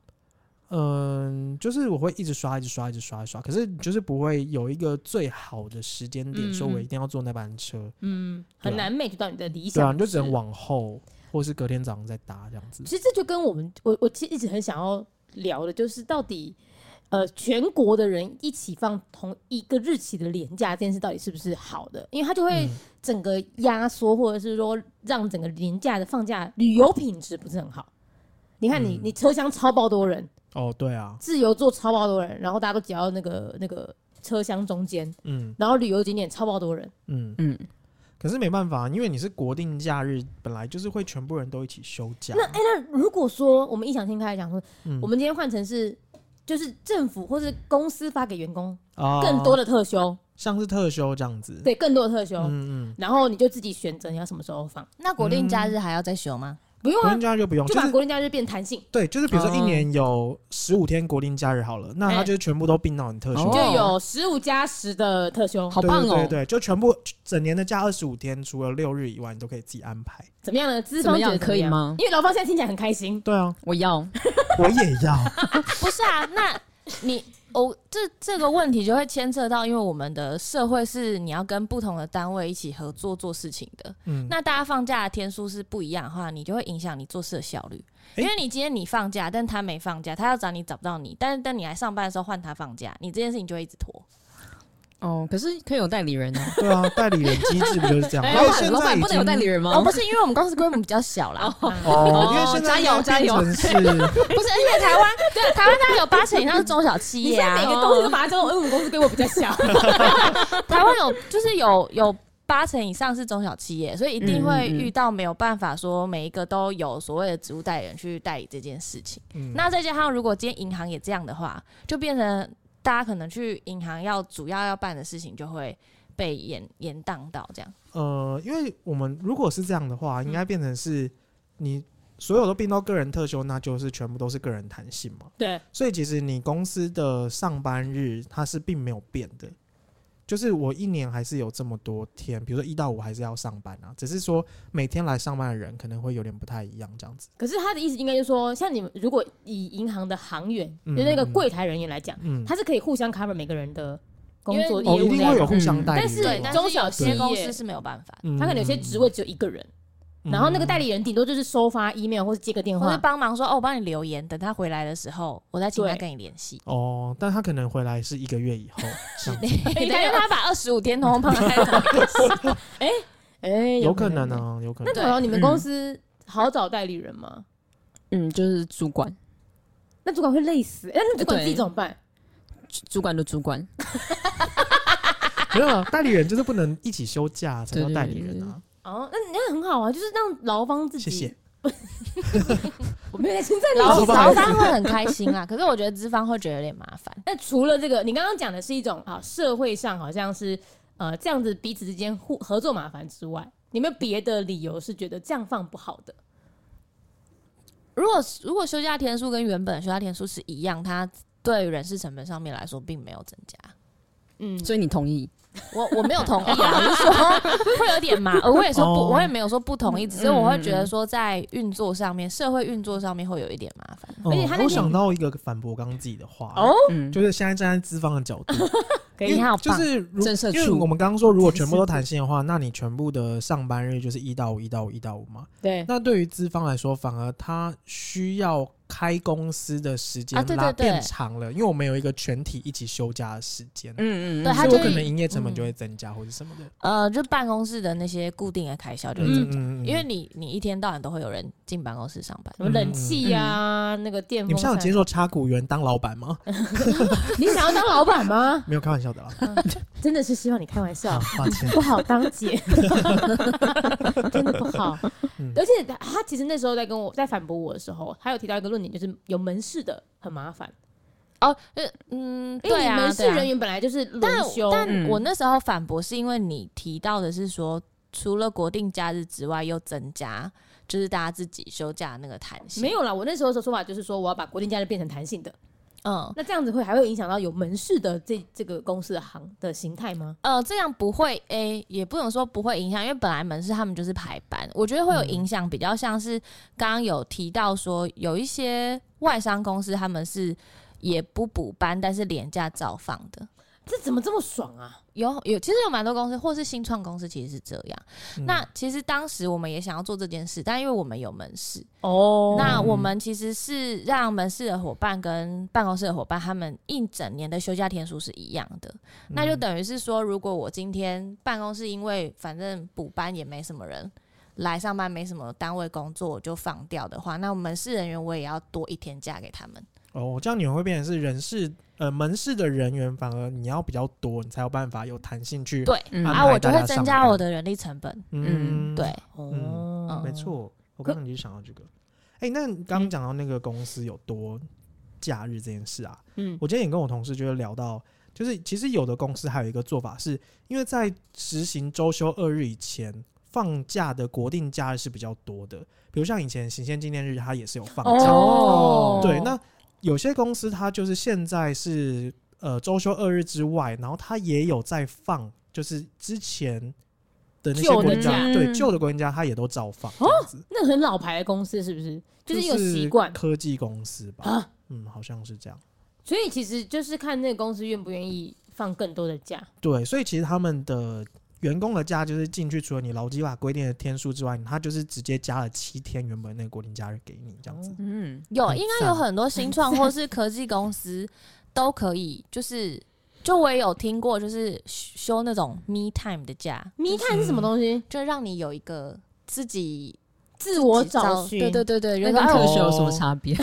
Speaker 2: 嗯，就是我会一直刷，一直刷，一直刷，一直刷，可是就是不会有一个最好的时间点，
Speaker 1: 嗯
Speaker 2: 说我
Speaker 1: 嗯
Speaker 2: 一定要坐那班车。
Speaker 1: 嗯，
Speaker 2: 对啊
Speaker 1: 很难 match 到你的理
Speaker 2: 对
Speaker 1: 想。
Speaker 2: 啊，你就只能。往后，或是隔天早上再搭这样子。
Speaker 1: 其实这就跟我们，我我其实一直很想要聊的，就是到底。呃，全国的人一起放同一个日期的年假，这件事到底是不是好的？因为它就会
Speaker 2: 嗯
Speaker 1: 整个压缩，或者是说让整个年假的放假旅游品质不是很好。你看你，
Speaker 2: 嗯
Speaker 1: 你车厢超爆多人，
Speaker 2: 哦，对啊，
Speaker 1: 自由座超爆多人，然后大家都挤到那个那个车厢中间，
Speaker 2: 嗯
Speaker 1: 然后旅游景点超爆多人。
Speaker 2: 嗯，
Speaker 3: 嗯，
Speaker 2: 可是没办法，因为你是国定假日，本来就是会全部人都一起休假。
Speaker 1: 那哎、那如果说我们异想天开来讲说，
Speaker 2: 嗯
Speaker 1: 我们今天换成是就是政府或是公司发给员工
Speaker 2: 啊
Speaker 1: 更多
Speaker 2: 的
Speaker 1: 的特休，
Speaker 2: 像是特休这样子。
Speaker 1: 对，更多的特休，
Speaker 2: 嗯，嗯
Speaker 1: 然后你就自己选择你要什么时候放，
Speaker 4: 那国定假日还要再休吗？
Speaker 1: 不用
Speaker 2: 国
Speaker 1: 啊
Speaker 2: 定，假日就不用，
Speaker 1: 就
Speaker 2: 就
Speaker 1: 把
Speaker 2: 是
Speaker 1: 国定假日变弹性，
Speaker 2: 对，就是比如说一
Speaker 3: 哦
Speaker 2: 年有十五天国定假日好了，那
Speaker 1: 哎
Speaker 2: 它就全部都并到你特休
Speaker 3: 哦
Speaker 1: 就有十五加十的特休，
Speaker 3: 好棒
Speaker 2: 对对对
Speaker 3: 哦，
Speaker 2: 对，就全部整年的假二十五天，除了六日以外，你都可以自己安排。
Speaker 1: 怎么样呢？资
Speaker 3: 怎
Speaker 1: 方
Speaker 3: 么
Speaker 1: 觉得
Speaker 3: 样？
Speaker 1: 怎么
Speaker 3: 可以
Speaker 1: 样？
Speaker 3: 吗？
Speaker 1: 因为劳方现在听起来很开心，
Speaker 2: 对啊，
Speaker 3: 我要，
Speaker 2: 我也要。
Speaker 4: 不是啊，那你哦，这这个问题就会牵涉到，因为我们的社会是你要跟不同的单位一起合作做事情的。
Speaker 2: (laughs) 嗯，
Speaker 4: 那大家放假的天数是不一样的话，你就会影响你做事的效率。
Speaker 2: 诶
Speaker 4: 因为你今天你放假，但他没放假，他要找你找不到你，但是但你来上班的时候换他放假，你这件事情就会一直拖。
Speaker 3: 哦，可是可以有代理人啊，
Speaker 2: 对啊，代理人机制不就是这样？
Speaker 1: 哎
Speaker 2: 因
Speaker 3: 老
Speaker 2: 为
Speaker 3: 板
Speaker 2: 现
Speaker 3: 老
Speaker 2: 在
Speaker 3: 板
Speaker 2: 已
Speaker 3: 不能有
Speaker 2: 经
Speaker 3: 代理人吗？
Speaker 4: 哦，不是，因为我们公司规模比较小啦，
Speaker 1: 啊
Speaker 2: 哦，因为现在
Speaker 3: 加油加油
Speaker 2: 变成是
Speaker 4: 不是，而且台湾对台湾大概有八成以上是中小企
Speaker 1: 你
Speaker 4: 业
Speaker 1: 现在
Speaker 4: 啊
Speaker 1: 每，个公司都把它叫做，哎，我们公司规模比较小，
Speaker 4: 台湾有就是有有八成以上是中小企业，所以一定会
Speaker 3: 嗯嗯嗯
Speaker 4: 遇到没有办法说每一个都有所谓的职务代理人去代理这件事情。
Speaker 2: 嗯
Speaker 4: 那再加上如果今天银行也这样的话，就变成大家可能去银行要主要要办的事情就会被延延宕到这样。
Speaker 2: 呃，因为我们如果是这样的话，应该变成是你所有都并到个人特休，那就是全部都是个人弹性嘛。
Speaker 1: 对，
Speaker 2: 所以其实你公司的上班日它是并没有变的，就是我一年还是有这么多天，比如说一到五还是要上班啊，只是说每天来上班的人可能会有点不太一样这样子。
Speaker 1: 可是他的意思应该就是说，像你们如果以银行的行员，
Speaker 2: 嗯
Speaker 1: 就那个柜台人员来讲，
Speaker 2: 嗯，
Speaker 1: 他是可以互相 cover 每个人的工作
Speaker 4: 因
Speaker 1: 业
Speaker 4: 为
Speaker 2: 哦，一
Speaker 1: 务
Speaker 2: 定
Speaker 1: 量
Speaker 2: 会有
Speaker 1: 的。
Speaker 2: 互相代理
Speaker 1: 嗯但是
Speaker 2: 人
Speaker 4: 对，
Speaker 2: 嘛，
Speaker 4: 但
Speaker 1: 中
Speaker 4: 是
Speaker 1: 小
Speaker 4: 有
Speaker 1: 企
Speaker 4: 些
Speaker 1: 业
Speaker 4: 公司是没有办法的，
Speaker 2: 嗯
Speaker 1: 他可能有些职位，只有一个人，
Speaker 2: 嗯
Speaker 1: 然后那个代理人顶多就是收发 email 或是接个电
Speaker 4: 或是
Speaker 1: 话。
Speaker 4: 帮忙说哦，我帮你留言，等他回来的时候，我再请他
Speaker 1: 对
Speaker 4: 跟你联系。
Speaker 2: 哦，但他可能回来是一个月以后，这
Speaker 1: (laughs)
Speaker 2: 样子
Speaker 4: (laughs) 你看他把二十五天通通放 (laughs) 在同一个
Speaker 1: 哎，
Speaker 2: 有可能。啊，有可
Speaker 1: 那
Speaker 2: 能。
Speaker 1: 可能你们公司好找代理人吗？
Speaker 3: 嗯，就是主管，
Speaker 1: 那主管会累死，哎那主管自己
Speaker 3: 对
Speaker 1: 怎么办？
Speaker 3: 主管的主管，
Speaker 2: 嗯没
Speaker 1: (laughs)
Speaker 2: 有啊代理人就是不能一起休假才叫代理人啊。
Speaker 1: 哦，那那很好啊，就是让劳方自
Speaker 2: 谢
Speaker 1: 己。
Speaker 2: 谢。。
Speaker 1: (laughs) 我没有在称赞
Speaker 4: 劳
Speaker 1: 你。
Speaker 2: 不好
Speaker 4: 劳
Speaker 2: 意思
Speaker 4: 方会很开心啊，可是我觉得资方会觉得有点麻烦。
Speaker 1: 那除了这个，你刚刚讲的是一种啊，社会上好像是呃这样子彼此之间互合作麻烦之外，你们别的理由是觉得这样放不好的？
Speaker 4: 如果如果休假天数跟原本的休假天数是一样，它对人事成本上面来说并没有增 (laughs) 加。
Speaker 1: 嗯，
Speaker 3: 所以你同意？
Speaker 4: 我我没有同意啊，我是说 (laughs) 哦会有点麻，呃我也说不，
Speaker 2: 哦
Speaker 4: 我也没有说不同意，只是我会觉得说在运作上面，社会运作上面会有一点麻烦。
Speaker 2: 嗯
Speaker 1: 而且他
Speaker 2: 我
Speaker 1: 那个
Speaker 2: 想到一个反驳刚刚自己的话，
Speaker 1: 哦，
Speaker 3: 嗯，
Speaker 2: 就是现在站在资方的角
Speaker 1: (laughs)
Speaker 2: 度，
Speaker 1: 可
Speaker 2: 因
Speaker 1: 以，
Speaker 2: 为
Speaker 1: 他好
Speaker 2: 就
Speaker 1: 棒，
Speaker 2: 是如
Speaker 3: 震慑
Speaker 2: 因为
Speaker 3: 处
Speaker 2: 我们刚刚说，如果全部都弹性的话，那你全部的上班日就是一到五、一到五、一到五嘛。
Speaker 1: 对，
Speaker 2: 那对于资方来说，反而他需要开公司的时间
Speaker 1: 啊对对
Speaker 2: 拉
Speaker 1: 对
Speaker 2: 变长了，因为我们有一个全体一起休假的时间，
Speaker 3: 嗯嗯嗯，
Speaker 4: 对
Speaker 2: 所
Speaker 4: 他
Speaker 2: 以
Speaker 4: 就
Speaker 2: 我
Speaker 4: 是
Speaker 2: 可能营业成本就
Speaker 1: 嗯
Speaker 2: 会增加或者什么的。
Speaker 4: 呃，就办公室的那些固定的开销就会增
Speaker 2: 嗯
Speaker 4: 加，
Speaker 2: 嗯嗯
Speaker 4: 因为你你一天到晚都会有人进办公室上班，
Speaker 1: 什么冷气呀，那个电
Speaker 2: 你们
Speaker 1: 风
Speaker 2: 想
Speaker 1: 扇
Speaker 2: 接，受插股员当老板
Speaker 1: (laughs)
Speaker 2: 吗？
Speaker 1: 你想要当老板 (laughs) 吗？
Speaker 2: 没有开玩笑的啦，
Speaker 1: 真的是希望你开玩笑
Speaker 2: 好，抱歉。
Speaker 1: 不好当 (laughs) 姐，真的不好。
Speaker 2: 嗯
Speaker 1: 而且他他其实那时候在跟我在反驳我的时候，他有提到一个论点，就是有门市的很麻烦，
Speaker 4: 哦，呃嗯，
Speaker 1: 因为
Speaker 4: 对
Speaker 1: 你
Speaker 4: 啊，
Speaker 1: 门市
Speaker 4: 对啊
Speaker 1: 人员本来就是轮
Speaker 4: 但
Speaker 1: 休，
Speaker 4: 但
Speaker 3: 嗯
Speaker 4: 我那时候反驳是因为你提到的是说，除了国定假日之外，又增加就是大家自己休假的那个弹性。
Speaker 1: 没，有啦，我那时候的说法就是说，我要把国定假日变成弹性的，
Speaker 4: 嗯
Speaker 1: 那这样子会还会影响到有门市的这这个公司的行的形态吗？
Speaker 4: 呃，这样不会诶、也不能说不会影响，因为本来门市他们就是排班，我觉得会有影响，比较像是刚刚有提到说，有一些外商公司他们是也不补班，但是廉价照放的。
Speaker 1: 这怎么这么爽啊？
Speaker 4: 有有，其实有蛮多公司，或是新创公司，其实是这样。那其实当时我们也想要做这件事，但因为我们有门市，
Speaker 1: 哦
Speaker 4: 那我们其实是让门市的伙伴跟办公室的伙伴，他们一整年的休假天数是一样的。 (laughs)
Speaker 2: 嗯
Speaker 4: 那就等于是说，如果我今天办公室因为反正补班也没什么人来上班，没什么单位工作，我就放掉的话，那我门市人员我也要多一天假给他们。
Speaker 2: 哦，这样你会变成是人事呃门市的人员，反而你要比较多，你才有办法有弹性去
Speaker 4: 对，
Speaker 3: 嗯
Speaker 2: 安
Speaker 4: 啊，
Speaker 2: 排
Speaker 4: 我就
Speaker 2: 大
Speaker 4: 会
Speaker 2: 家
Speaker 4: 增
Speaker 2: 上
Speaker 4: 加
Speaker 2: 班
Speaker 4: 我的人力成本。
Speaker 2: 嗯
Speaker 4: 对，，
Speaker 1: 哦
Speaker 2: 没，错。我刚刚就想到这个，哎，那你
Speaker 4: 嗯
Speaker 2: 刚刚讲到那个公司有多假日这件事啊，
Speaker 1: 嗯，
Speaker 2: 我今天也跟我同事就是聊到，就是其实有的公司还有一个做法是，因为在实行周休二日以前。放假的国定假日是比较多的，比如像以前行宪纪念日，它也是有放假的
Speaker 1: 哦
Speaker 2: 对，那有些公司它就是现在是呃周休二日之外，然后它也有在放，就是之前的那些
Speaker 1: 旧的
Speaker 2: 国定假
Speaker 1: 假
Speaker 2: 日，对
Speaker 3: 嗯
Speaker 2: 旧的国定假日它也都照放这样子，
Speaker 1: 那很老牌的公司是不是？哦就是一个习惯
Speaker 2: 科技公司吧，
Speaker 1: 啊，
Speaker 2: 嗯，好像是这样。
Speaker 1: 所以其实就是看那个公司愿不愿意放更多的假。
Speaker 2: 对，所以其实他们的员工的假就是进去，除了你劳基法规定的天数之外，他就是直接加了七天原本那个国定假日给你这样子。
Speaker 3: 嗯
Speaker 4: 有，
Speaker 2: 很
Speaker 4: 应该有
Speaker 2: 赞
Speaker 4: 很多新创 (laughs) 或是科技公司都可以，就是就我也有听过，就是休那种 me time 的假，
Speaker 1: 密探是什么东西？
Speaker 4: 就让你有一个自己
Speaker 1: 自我找寻。
Speaker 4: 对对对对，
Speaker 3: 那
Speaker 4: 人
Speaker 3: 跟
Speaker 4: 家
Speaker 3: 科
Speaker 2: 口
Speaker 3: 学有什么
Speaker 2: 哦
Speaker 3: 差别？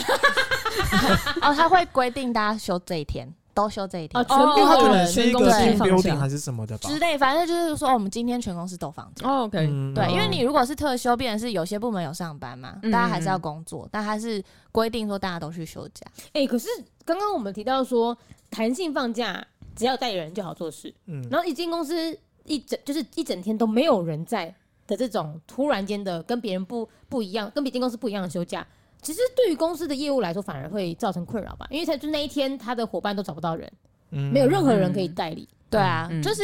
Speaker 4: 哦，他会规定大家休这一天，都休这一天
Speaker 1: 哦。全部
Speaker 2: (laughs) 因为它可能
Speaker 1: 人
Speaker 2: 是一
Speaker 3: 全公
Speaker 2: 个
Speaker 3: 司
Speaker 2: team
Speaker 3: 放假
Speaker 2: building 还是什么的吧
Speaker 4: 之。类，反正就是说，我们今天全公司都放假。
Speaker 3: 哦，OK，
Speaker 2: 嗯
Speaker 4: 对，
Speaker 2: 嗯
Speaker 4: 因为你如果是特休，变成是有些部门有上班嘛，
Speaker 3: 嗯
Speaker 4: 大家还是要工作，但他是规定说大家都去休假。
Speaker 1: 哎、可是刚刚我们提到说弹性放假，只要带人就好做事。
Speaker 2: 嗯，
Speaker 1: 然后一间公司一整就是一整天都没有人在的这种突然间的跟别人不不一样，跟别间公司不一样的休假，其实对于公司的业务来说反而会造成困扰吧，因为他就那一天他的伙伴都找不到人，
Speaker 2: 没
Speaker 4: 嗯
Speaker 1: 没有任何人可以代理。
Speaker 4: 对啊，
Speaker 3: 嗯
Speaker 4: 就是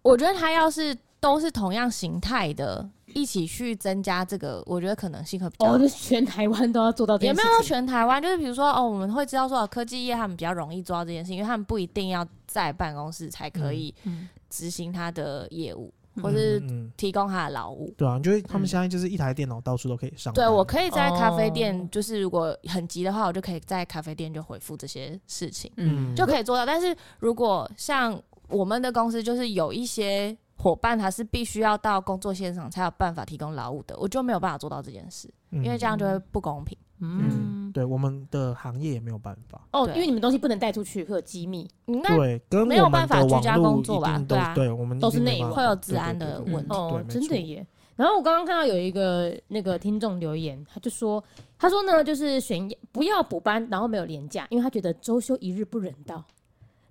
Speaker 4: 我觉得他要是都是同样形态的，一起去增加这个，我觉得可能性会比较
Speaker 1: 哦，就是 (laughs) 全台湾都要做到这
Speaker 4: 也
Speaker 1: 件
Speaker 4: 没
Speaker 1: 事
Speaker 4: 嗯有到
Speaker 1: 情。
Speaker 4: 全台湾，就是比如说哦，我们会知道说哦，科技业他们比较容易做到这件事情，因为他们不一定要在办公室才可以
Speaker 1: 嗯
Speaker 4: 执行他的业务，
Speaker 1: 嗯
Speaker 4: 或是
Speaker 2: 嗯嗯
Speaker 4: 提供他的劳务。
Speaker 2: 对啊，就是他们
Speaker 3: 嗯
Speaker 2: 现在就是一台电脑到处都可以上班。
Speaker 4: 对，我可以在咖啡
Speaker 1: 哦
Speaker 4: 店，就是如果很急的话，我就可以在咖啡店就回复这些事情，
Speaker 2: 嗯
Speaker 4: 就可以做到。但是如果像我们的公司，就是有一些伙伴他是必须要到工作现场才有办法提供劳务的，我就没有办法做到这件事，
Speaker 2: 嗯
Speaker 4: 因为这样就会不公平。
Speaker 1: 嗯，
Speaker 2: 对我们的行业也没有办法。
Speaker 1: 哦，
Speaker 4: 对
Speaker 1: 因为你们东西不能带出去，会有机密。
Speaker 4: 你那
Speaker 2: 嗯对，啊跟我
Speaker 4: 没有
Speaker 2: 们
Speaker 4: 办法
Speaker 2: 的
Speaker 4: 居
Speaker 2: 网
Speaker 4: 家
Speaker 2: 络
Speaker 4: 工作
Speaker 2: 一
Speaker 4: 吧
Speaker 2: 定
Speaker 4: 对啊
Speaker 2: 对，我们
Speaker 1: 都
Speaker 2: 一定
Speaker 1: 是
Speaker 2: 没
Speaker 1: 内
Speaker 2: 办
Speaker 1: 务
Speaker 2: 法
Speaker 4: 会有
Speaker 2: 对
Speaker 4: 治
Speaker 2: 对
Speaker 4: 安
Speaker 2: 对
Speaker 4: 的
Speaker 2: 对
Speaker 4: 问
Speaker 2: 对
Speaker 1: 哦，
Speaker 2: 没
Speaker 1: 真的
Speaker 2: 错
Speaker 1: 耶。然后我刚刚看到有一个那个听众留言，他就说，他说呢，就是选不要补班，然后没有年假，因为他觉得周休一日不人道。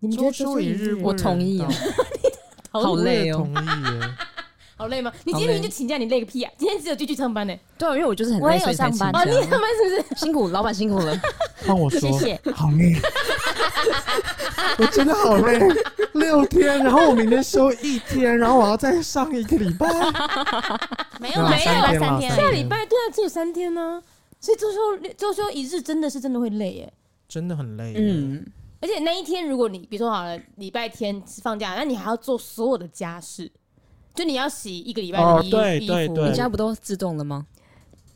Speaker 1: 你们觉得周休
Speaker 2: 一
Speaker 1: 日
Speaker 2: 不
Speaker 3: 我同
Speaker 2: 人
Speaker 3: 意
Speaker 2: 道
Speaker 3: 啊好
Speaker 2: 我也
Speaker 3: 累哦
Speaker 2: (laughs) 同意
Speaker 4: (laughs)
Speaker 2: 耶。
Speaker 1: 好累吗？你今
Speaker 3: 好
Speaker 1: 天
Speaker 3: 累
Speaker 1: 就请假，你累个屁啊！今天只有继续上班呢。
Speaker 3: 对，啊因为我就是很
Speaker 4: 我
Speaker 3: 累，
Speaker 4: 也有
Speaker 3: 所以才
Speaker 4: 上班
Speaker 1: 哦，
Speaker 3: 请
Speaker 1: 你
Speaker 3: 假
Speaker 1: 上班是不是？
Speaker 3: 辛苦老板辛苦了，
Speaker 2: 换我说，
Speaker 4: 谢谢
Speaker 2: 好累， (laughs) 我真的好累，六天，然后我明天休一天，然后我要再
Speaker 4: (laughs)
Speaker 2: 上一个礼拜，没
Speaker 4: 没
Speaker 2: 有
Speaker 4: 上班
Speaker 2: 三天啦
Speaker 4: 天
Speaker 2: 三
Speaker 1: 下
Speaker 4: 而
Speaker 2: 天
Speaker 4: 已，
Speaker 1: 啊礼拜对啊，只有三天呢、所以周休周休一日真的是真的会累耶。
Speaker 2: 真的很累。 (laughs) 嗯，
Speaker 3: 嗯，
Speaker 1: 而且那一天，如果你比如说好了，礼拜天放假，那你还要做所有的家事，就你要洗一个礼拜
Speaker 2: 哦
Speaker 1: 的衣、
Speaker 2: 对
Speaker 1: 衣服，
Speaker 2: 对对
Speaker 3: 你家不都自动了吗？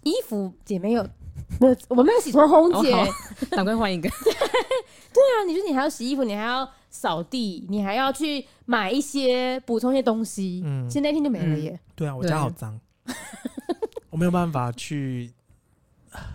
Speaker 1: 衣服姐没有。没有，我没有洗头红姐。
Speaker 3: 哦好赶快换一个。
Speaker 1: 对啊，你说你还要洗衣服，你还要扫地，你还要去买一些补充一些东西。
Speaker 2: 嗯
Speaker 1: 嗯，现在一天就没了耶。
Speaker 2: 对啊，我家
Speaker 3: 对
Speaker 2: 好脏， (laughs) 我没有办法去，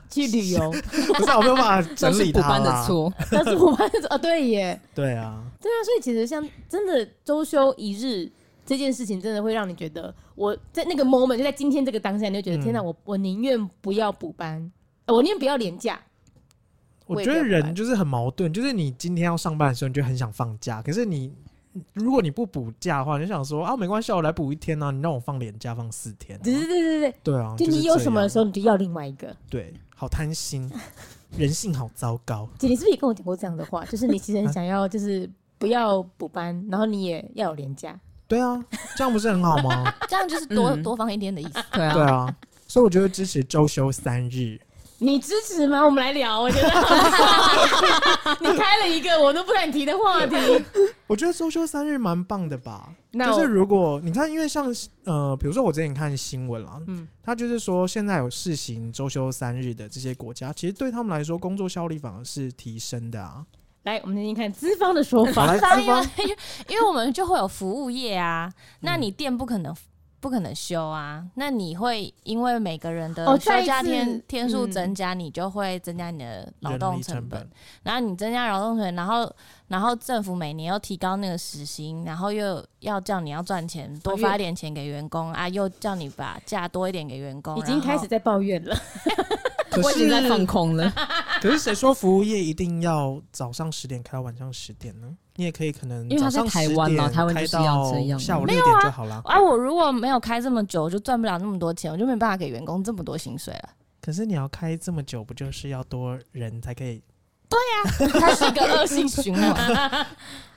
Speaker 1: 去旅 (laughs) 游，
Speaker 2: 不是啊我没有办
Speaker 3: (laughs)
Speaker 2: 法
Speaker 3: 都
Speaker 2: 整
Speaker 3: 是
Speaker 2: 理
Speaker 3: 补
Speaker 2: 它
Speaker 3: 班的
Speaker 2: 啦。
Speaker 3: 错，
Speaker 1: 但是我发现说啊，对耶，
Speaker 2: 对啊，
Speaker 1: 对啊，所以其实像真的周休一日这件事情，真的会让你觉得，我在那个 moment 就在今天这个当下，你就觉得、
Speaker 2: 嗯
Speaker 1: 天哪，我我宁愿不要补班，呃我宁愿不要连假。
Speaker 2: 我
Speaker 1: 我也
Speaker 2: 觉得
Speaker 1: 没有办
Speaker 2: 人就是很矛盾，就是你今天要上班的时候，你就很想放假，可是你。如果你不补假的话，你就想说啊，没关系啊，我来补一天啊，你让我放年假放四天啊、
Speaker 1: 对对对对
Speaker 2: 对啊，
Speaker 1: 哦对，就你有什么的时
Speaker 2: 候，
Speaker 1: 候，你就要另外一个。
Speaker 2: 对，好贪心，人性好糟糕。
Speaker 1: 姐，你是不是也跟我讲过这样的话？就是你其实
Speaker 2: 啊
Speaker 1: 很想要，就是不要补班，然后你也要有连假。
Speaker 2: 对啊，这样不是很好
Speaker 4: (laughs)
Speaker 2: 吗？
Speaker 4: 这样就是多、
Speaker 3: 嗯
Speaker 4: 多放一天的意思。
Speaker 3: 对
Speaker 2: 对
Speaker 3: 啊，
Speaker 2: 啊，所以我就会支持周休三日。
Speaker 1: 你支持吗？我们来聊，我
Speaker 2: (laughs)
Speaker 1: 觉得好你开了一个我都不敢提的话题。
Speaker 2: 我觉得周休三日蛮棒的吧。
Speaker 1: 那
Speaker 2: 就是
Speaker 1: 我
Speaker 2: 如果你看，因为像呃，比如说我之前看新闻啦，
Speaker 1: 嗯
Speaker 2: 他就是说现在有试行周休三日的这些国家，其实对他们来说工作效率反而是提升的啊。
Speaker 1: 来，我们听听看资方的说
Speaker 2: 好
Speaker 1: 法。
Speaker 2: 来，资
Speaker 4: 因为
Speaker 2: 方，
Speaker 4: (laughs) 因为我们就会有服务业啊，
Speaker 1: 嗯
Speaker 4: 那你店不可能不可能休啊，那你会因为每个人的
Speaker 1: 哦
Speaker 4: 休
Speaker 1: 再一
Speaker 4: 假
Speaker 1: 次
Speaker 4: 天、天数
Speaker 1: 嗯
Speaker 4: 增加，你就会增加你的劳动
Speaker 2: 人力成
Speaker 4: 本，
Speaker 2: 本
Speaker 4: 然后你增加劳动成本，然后然后政府每年又提高那个时薪，然后又要叫你要赚钱，多
Speaker 1: 因为
Speaker 4: 发点钱给员工啊，又叫你把假多一点给员工，
Speaker 1: 已经
Speaker 4: 然后
Speaker 1: 开始在抱怨了。
Speaker 2: 可
Speaker 3: 我已经在放
Speaker 2: 是
Speaker 3: 空了。
Speaker 2: 可是谁说服务业一定要早上十点开到晚上十点呢？你也可以可能
Speaker 3: 因为
Speaker 2: 早
Speaker 3: 他在
Speaker 2: 上
Speaker 3: 台
Speaker 2: 十
Speaker 3: 湾
Speaker 2: 点
Speaker 3: 嘛台湾
Speaker 2: 开
Speaker 3: 就是要这
Speaker 2: 到
Speaker 3: 样
Speaker 2: 下午
Speaker 4: 没
Speaker 2: 六
Speaker 4: 有
Speaker 2: 点
Speaker 4: 啊
Speaker 2: 就好了。
Speaker 4: 啊，我如果没有开这么久，我就赚不了那么多钱，我就没办法给员工这么多
Speaker 1: (laughs)
Speaker 4: 薪水了。
Speaker 2: 可是你要开这么久，不就是要多人才可以？
Speaker 4: 它是一个恶性循环。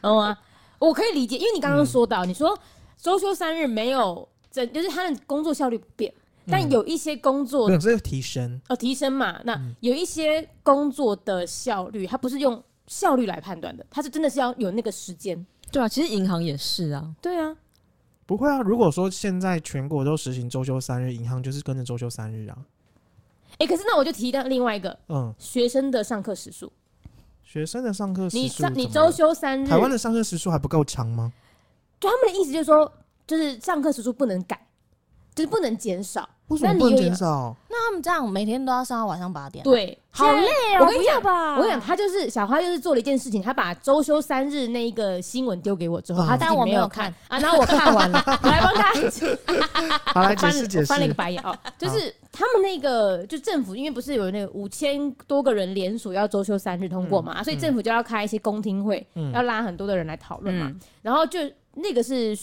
Speaker 1: 懂吗？我可以理解，因为你
Speaker 2: 嗯
Speaker 1: 刚刚说到，你说周休三日没有整，就是他的工作效率不变，但
Speaker 2: 嗯
Speaker 1: 有一些工作
Speaker 2: 没有，这个提升。
Speaker 1: 哦提升嘛，那有一些工作的效率，它不是用效率来判断的，它是真的是要有那个时间。
Speaker 3: 对啊，其实银行也是啊，
Speaker 1: 对啊，
Speaker 2: 不会啊，如果说现在全国都实行周休三日，银行就是跟着周休三日啊。
Speaker 1: 哎，可是那我就提到另外一个
Speaker 2: 嗯，
Speaker 1: 学生的上课时数，
Speaker 2: 学生的上课时
Speaker 1: 你
Speaker 2: 数怎么了，
Speaker 1: 上你周休三日，
Speaker 2: 台湾的上课时数还不够长吗？
Speaker 1: 就他们的意思就是说，就是上课时数不能改，就是不能减少。
Speaker 2: 为什么
Speaker 1: 那
Speaker 2: 不
Speaker 1: 你
Speaker 2: 能
Speaker 1: 又
Speaker 2: 减少？
Speaker 4: 那他们这样每天都要上到晚上八点，，
Speaker 1: 对，
Speaker 4: 好累哦、
Speaker 1: 我跟你
Speaker 4: 不要吧，
Speaker 1: 我跟你讲，他就是小花，就是做了一件事情，他把周休三日那一个新闻丢给我之后，
Speaker 2: 嗯
Speaker 1: 他自己
Speaker 4: 但我
Speaker 1: 没
Speaker 4: 没
Speaker 1: 有
Speaker 4: 有
Speaker 1: 看
Speaker 4: 看
Speaker 1: 啊，然后我看完了，我来帮他
Speaker 2: 好，来解
Speaker 1: 啊翻
Speaker 2: 释
Speaker 1: 了
Speaker 2: 解
Speaker 1: 我
Speaker 2: 释
Speaker 1: 翻了。一个白眼哦，就是他们那个就政府，因为不是有那个五千多个人联署要周休三日通过嘛，所以政府就要开一些公听会，
Speaker 2: 嗯
Speaker 1: 要拉很多的人来讨论嘛，
Speaker 3: 嗯，
Speaker 1: 然后就那个是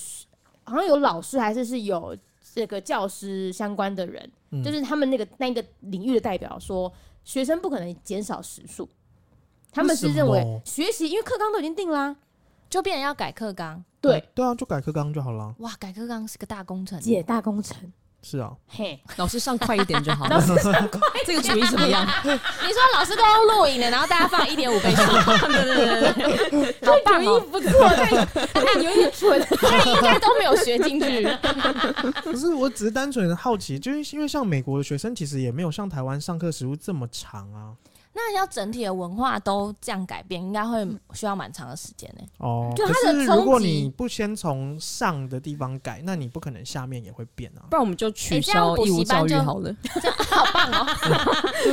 Speaker 1: 好像有老师还是是有这个教师相关的人，
Speaker 2: 嗯
Speaker 1: 就是他们那个那个领域的代表说，学生不可能减少时数，他们是
Speaker 2: 为什
Speaker 1: 认
Speaker 2: 么
Speaker 1: 为学习，因为课纲都已经定啊啦、
Speaker 4: 就变成要改课纲。
Speaker 1: 对，
Speaker 2: 对啊，就改课纲就好了。
Speaker 4: 哇，改课纲是个大工程，
Speaker 1: 解大工程，
Speaker 2: 是啊，
Speaker 1: 嘿，
Speaker 3: 老师上快一点就好
Speaker 1: 老
Speaker 3: 了。
Speaker 1: 师上课
Speaker 3: (laughs) 这个主意怎么样？
Speaker 4: 你说老师都要录影了，然后大家放一点五倍速，对对对对，好
Speaker 1: 主
Speaker 4: 棒哦、
Speaker 1: 意不错，但但你有点蠢，
Speaker 4: 应该都没有学进去。
Speaker 2: 可是我只是单纯好奇，就是因为像美国的学生其实也没有像台湾上课时数这么长啊。
Speaker 4: 那要整体的文化都这样改变，应该会需要蛮长的时间呢、
Speaker 2: 哦，
Speaker 1: 就
Speaker 2: 可
Speaker 1: 它的
Speaker 2: 是
Speaker 1: 冲
Speaker 2: 如果
Speaker 1: 击
Speaker 2: 你不先从上的地方改，那你不可能下面也会变啊。
Speaker 3: 不然我们就取
Speaker 4: 诶这样
Speaker 3: 消
Speaker 4: 补
Speaker 3: 义
Speaker 4: 习
Speaker 3: 务教
Speaker 4: 班
Speaker 3: 育
Speaker 4: 就
Speaker 3: 好了。
Speaker 4: 好棒哦、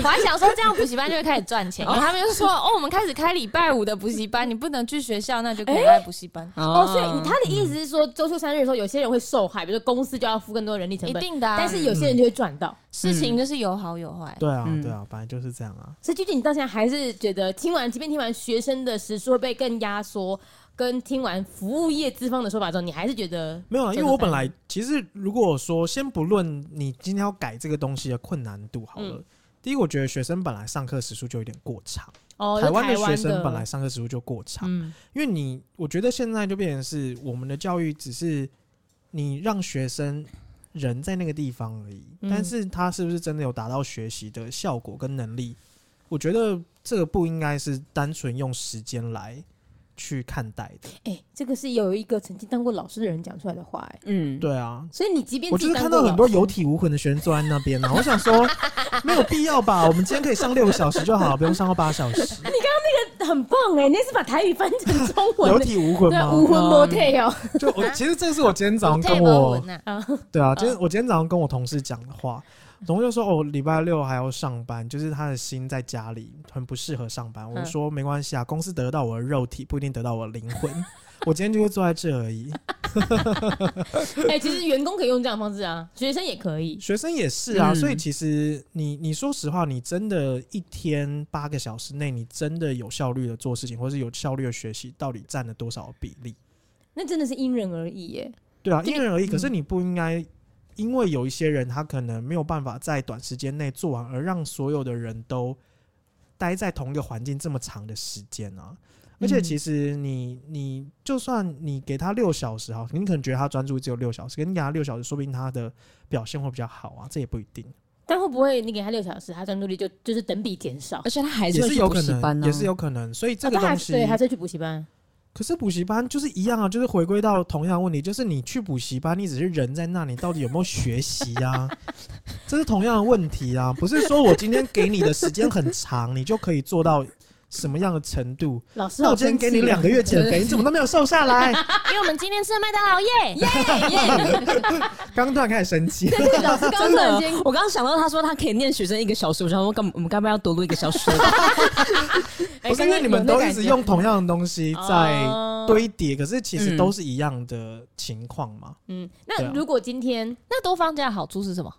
Speaker 4: 我还想说，这样补习班就会开始赚钱。然后他们就说：“哦，我们开始开礼拜五的补习班，你不能去学校，那就可以来补习班。
Speaker 3: 啊
Speaker 1: 哦，所以他的意思是说，周休三日的时候，有些人会受害，比如说公司就要付更多人力成
Speaker 4: 一
Speaker 1: 本，
Speaker 4: 定的、啊，
Speaker 1: 但是有些人就会赚到。
Speaker 4: 事情就是有好有坏。
Speaker 2: 对啊，
Speaker 3: 嗯
Speaker 2: 对啊，本来就是这样啊。
Speaker 1: 所以究竟你到现在还是觉得听完，即便听完学生的时数会被更压缩，跟听完服务业资方的说法之后，你还是觉得
Speaker 2: 没有啊，因为
Speaker 1: 这个
Speaker 2: 我本
Speaker 1: 反
Speaker 2: 来其实如果说先不论你今天要改这个东西的困难度好
Speaker 1: 嗯
Speaker 2: 了，第一，我觉得学生本来上课时数就有点过长，
Speaker 1: 哦，
Speaker 2: 台
Speaker 1: 湾
Speaker 2: 湾的学生本来上课时数就过长，
Speaker 1: 嗯，
Speaker 2: 因为你我觉得现在就变成是我们的教育只是你让学生人在那个地方而已。
Speaker 1: 嗯
Speaker 2: 但是他是不是真的有达到学习的效果跟能力？我觉得这个不应该是单纯用时间来去看待的。
Speaker 1: 哎、这个是有一个曾经当过老师的人讲出来的话、哎，
Speaker 3: 嗯，
Speaker 2: 对啊，
Speaker 1: 所以你即便
Speaker 2: 我
Speaker 1: 自
Speaker 2: 就
Speaker 1: 己
Speaker 2: 是
Speaker 1: 当
Speaker 2: 看到
Speaker 1: 过
Speaker 2: 很多
Speaker 1: 老师
Speaker 2: 有体无魂的学生坐在那边呢，我想 (laughs) 说没有必要吧，我们今天可以上六个小时就好，不用上到八小时。 (laughs)
Speaker 1: 很棒哎、你那是把台语翻成中 (laughs) 文、
Speaker 2: 有
Speaker 1: 欸，
Speaker 2: 体无魂
Speaker 1: 对啊，
Speaker 2: 吗？
Speaker 1: 无魂不退哦。
Speaker 2: 就我其实这是我今天早上
Speaker 4: 太
Speaker 2: 跟
Speaker 4: 不
Speaker 2: 我
Speaker 4: 稳呐，
Speaker 2: 对啊，今天我今天早上跟我同事讲的话，同事就说哦，礼拜六还要上班，就是他的心在家里很不适合上班。我就说没关系啊，公司得到我的肉体，不一定得到我的灵 (laughs) 魂。我今天就会坐在这而已。
Speaker 1: 哎、其实员工可以用这样的方式啊，学生也可以。
Speaker 2: 学生也是啊，
Speaker 3: 嗯
Speaker 2: 所以其实你你说实话，你真的一天八个小时内，你真的有效率的做事情，或是有效率的学习，到底占了多少比例？
Speaker 1: 那真的是因人而异耶。
Speaker 2: 对啊，
Speaker 1: 这个
Speaker 2: 因人而异。可是你不应该，因为有一些人他可能没有办法在短时间内做完，而让所有的人都待在同一个环境这么长的时间啊。而且其实你你就算你给他六小时哈，你可能觉得他专注只有六小时，可你给他六小时，说不定他的表现会比较好啊，这也不一定，
Speaker 1: 但会不会你给他六小时，他专注力就就是等比减少？
Speaker 3: 而且他还
Speaker 2: 也
Speaker 3: 会
Speaker 2: 是
Speaker 3: 去
Speaker 2: 有
Speaker 3: 补
Speaker 2: 可
Speaker 3: 习班
Speaker 2: 能，
Speaker 3: 呢，
Speaker 2: 也是有可能。所以这
Speaker 1: 啊
Speaker 2: 个
Speaker 1: 他还
Speaker 2: 东
Speaker 1: 是
Speaker 2: 西，
Speaker 1: 对，还是去补习班。
Speaker 2: 可是补习班就是一样啊，就是回归到同样的问题，就是你去补习班，你只是人在那里，到底有没有学习啊？这是同样的问题啊，不是说我今天给你的时间很长，你就可以做到什么样的程度？
Speaker 1: 老师
Speaker 2: 那
Speaker 1: 好
Speaker 2: 我今天
Speaker 1: 生气
Speaker 2: 给
Speaker 1: 哦，
Speaker 2: 你两个月减肥，你怎么都没有瘦下来？
Speaker 4: 因为我们今天吃了麦当劳
Speaker 1: (laughs)
Speaker 4: 耶，
Speaker 2: 刚刚突然开始生气，
Speaker 1: 对对，老师刚
Speaker 3: 真
Speaker 1: 突然
Speaker 3: 的
Speaker 1: 间，
Speaker 3: 我刚刚想到他说他可以念学生一个小时，我想说干我们该不要多录一个小时？
Speaker 1: 哎
Speaker 2: 不是因为你们都一直用同
Speaker 1: 样
Speaker 2: 样的东西在堆叠，可是其实都是一样的情况嘛。
Speaker 1: 嗯，
Speaker 2: 对
Speaker 1: 那
Speaker 2: 啊
Speaker 1: 如果今天
Speaker 4: 那多放假的好处是什么？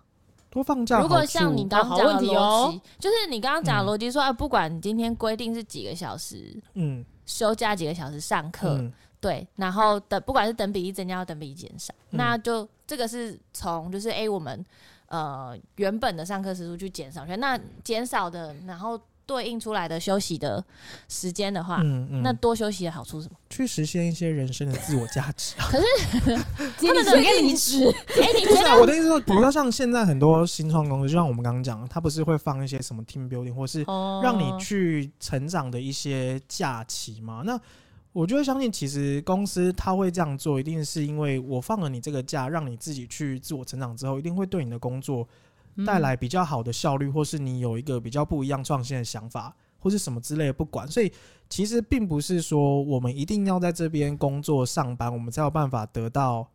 Speaker 2: 多放假好嗯
Speaker 4: 如
Speaker 2: 处，
Speaker 4: 果像你刚
Speaker 1: 好
Speaker 4: 刚讲的
Speaker 1: 问题
Speaker 4: 逻
Speaker 1: 哦
Speaker 4: 辑，就是你刚刚讲的逻辑说，啊，不管你今天规定是几个小时
Speaker 2: 嗯
Speaker 4: 休假，几个小时上课，
Speaker 2: 嗯
Speaker 4: 对，然后等不管是等比例增加或等比例减少，
Speaker 2: 嗯
Speaker 4: 那就这个是从就是诶我们呃原本的上课时数去减少去，那减少的然后对应出来的休息的时间的话，
Speaker 2: 嗯嗯，
Speaker 4: 啊那多休息的好处是什么？
Speaker 2: 去实现一些人生的自我价值。啊
Speaker 1: 他
Speaker 4: 们的
Speaker 1: 谁给你指？
Speaker 4: 诶，你
Speaker 2: 不
Speaker 4: 觉
Speaker 2: 是
Speaker 4: 得
Speaker 2: 啊，我的意思是说，比如说像现在很多新创公司，就像我们刚刚讲，的，它不是会放一些什么 team building，或是
Speaker 1: 哦
Speaker 2: 让你去成长的一些假期嘛？那我就会相信，其实公司它会这样做，一定是因为我放了你这个假，让你自己去自我成长之后，一定会对你的工作
Speaker 1: 嗯
Speaker 2: 带来比较好的效率，或是你有一个比较不一样创新的想法，或是什么之类的，不管。所以其实并不是说我们一定要在这边工作上班，我们才有办法得到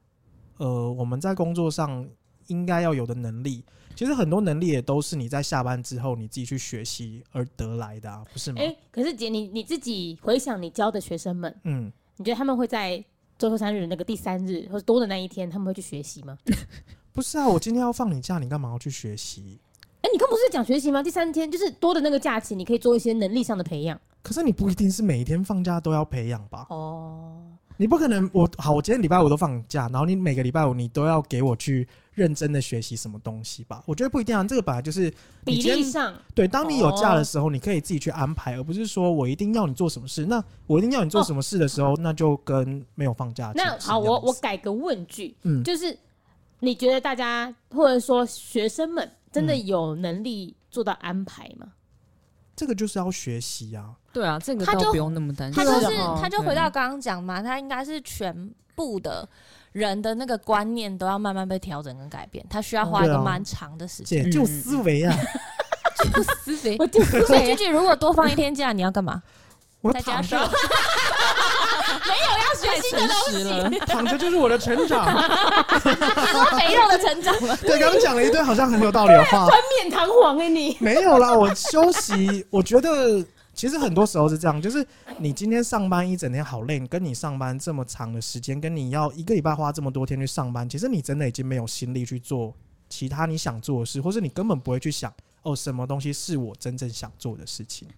Speaker 2: 呃我们在工作上应该要有的能力。其实很多能力也都是你在下班之后你自己去学习而得来的啊，不是吗？
Speaker 1: 哎，可是姐，你你自己回想你教的学生们，
Speaker 2: 嗯，
Speaker 1: 你觉得他们会在周休三日那个第三日或者多的那一天，他们会去学习吗？
Speaker 2: 不是啊，我今天要放你假，你干嘛要去学习？
Speaker 1: 哎，你刚不是讲学习吗？第三天就是多的那个假期，你可以做一些能力上的培养。
Speaker 2: 可是你不一定是每一天放假都要培养吧？
Speaker 1: 哦，
Speaker 2: 你不可能，我好，我今天礼拜五都放假，然后你每个礼拜五你都要给我去认真的学习什么东西吧？我觉得不一定啊，这个本来就是你
Speaker 1: 比
Speaker 2: 今
Speaker 1: 例
Speaker 2: 天
Speaker 1: 上，
Speaker 2: 对，当你有假的时候，你可以自己去安排，而不是说我一定要你做什么事。那我一定要你做什么事的时候，那就跟没有放假的
Speaker 1: 那
Speaker 2: 情
Speaker 1: 好，
Speaker 2: 况是一
Speaker 1: 我
Speaker 2: 样
Speaker 1: 我
Speaker 2: 子
Speaker 1: 改个问句，
Speaker 2: 嗯
Speaker 1: 就是你觉得大家或者说学生们真
Speaker 2: 嗯
Speaker 1: 的有能力做到安排吗？
Speaker 2: 这个就是要学习啊，
Speaker 3: 对啊，这个
Speaker 4: 他
Speaker 3: 倒
Speaker 4: 就
Speaker 3: 不用那么担
Speaker 4: 他
Speaker 3: 心。
Speaker 4: 就是
Speaker 1: 对
Speaker 2: 哦
Speaker 1: 啊
Speaker 4: 他就回到刚刚讲嘛，他应该是全部的人的那个观念都要慢慢被调整跟改变，他需要花一
Speaker 2: 对
Speaker 4: 个
Speaker 2: 啊
Speaker 4: 蛮长的时间。
Speaker 2: 姐
Speaker 3: 嗯
Speaker 2: 就思维
Speaker 1: (laughs)
Speaker 2: 啊，
Speaker 4: (laughs) 思维，
Speaker 1: 我就是
Speaker 4: 所以句句如果多放一天假，你要干嘛？
Speaker 2: 我
Speaker 4: 在家
Speaker 2: 躺
Speaker 4: 睡 (laughs)
Speaker 2: 着。
Speaker 4: 要学习的东
Speaker 3: 实
Speaker 4: 西，
Speaker 3: 了，
Speaker 2: 躺着就是我的成长。
Speaker 4: 多肥肉的成长
Speaker 2: (laughs)
Speaker 4: 了。
Speaker 2: 对，刚刚讲了一堆好像很有道理的话，
Speaker 1: 面堂皇哎、你
Speaker 2: 没有啦，我休息，我觉得其实很多时候是这样，就是你今天上班一整天好累，跟你上班这么长的时间，跟你要一个礼拜花这么多天去上班，其实你真的已经没有心力去做其他你想做的事，或是你根本不会去想哦，什么东西是我真正想做的事情。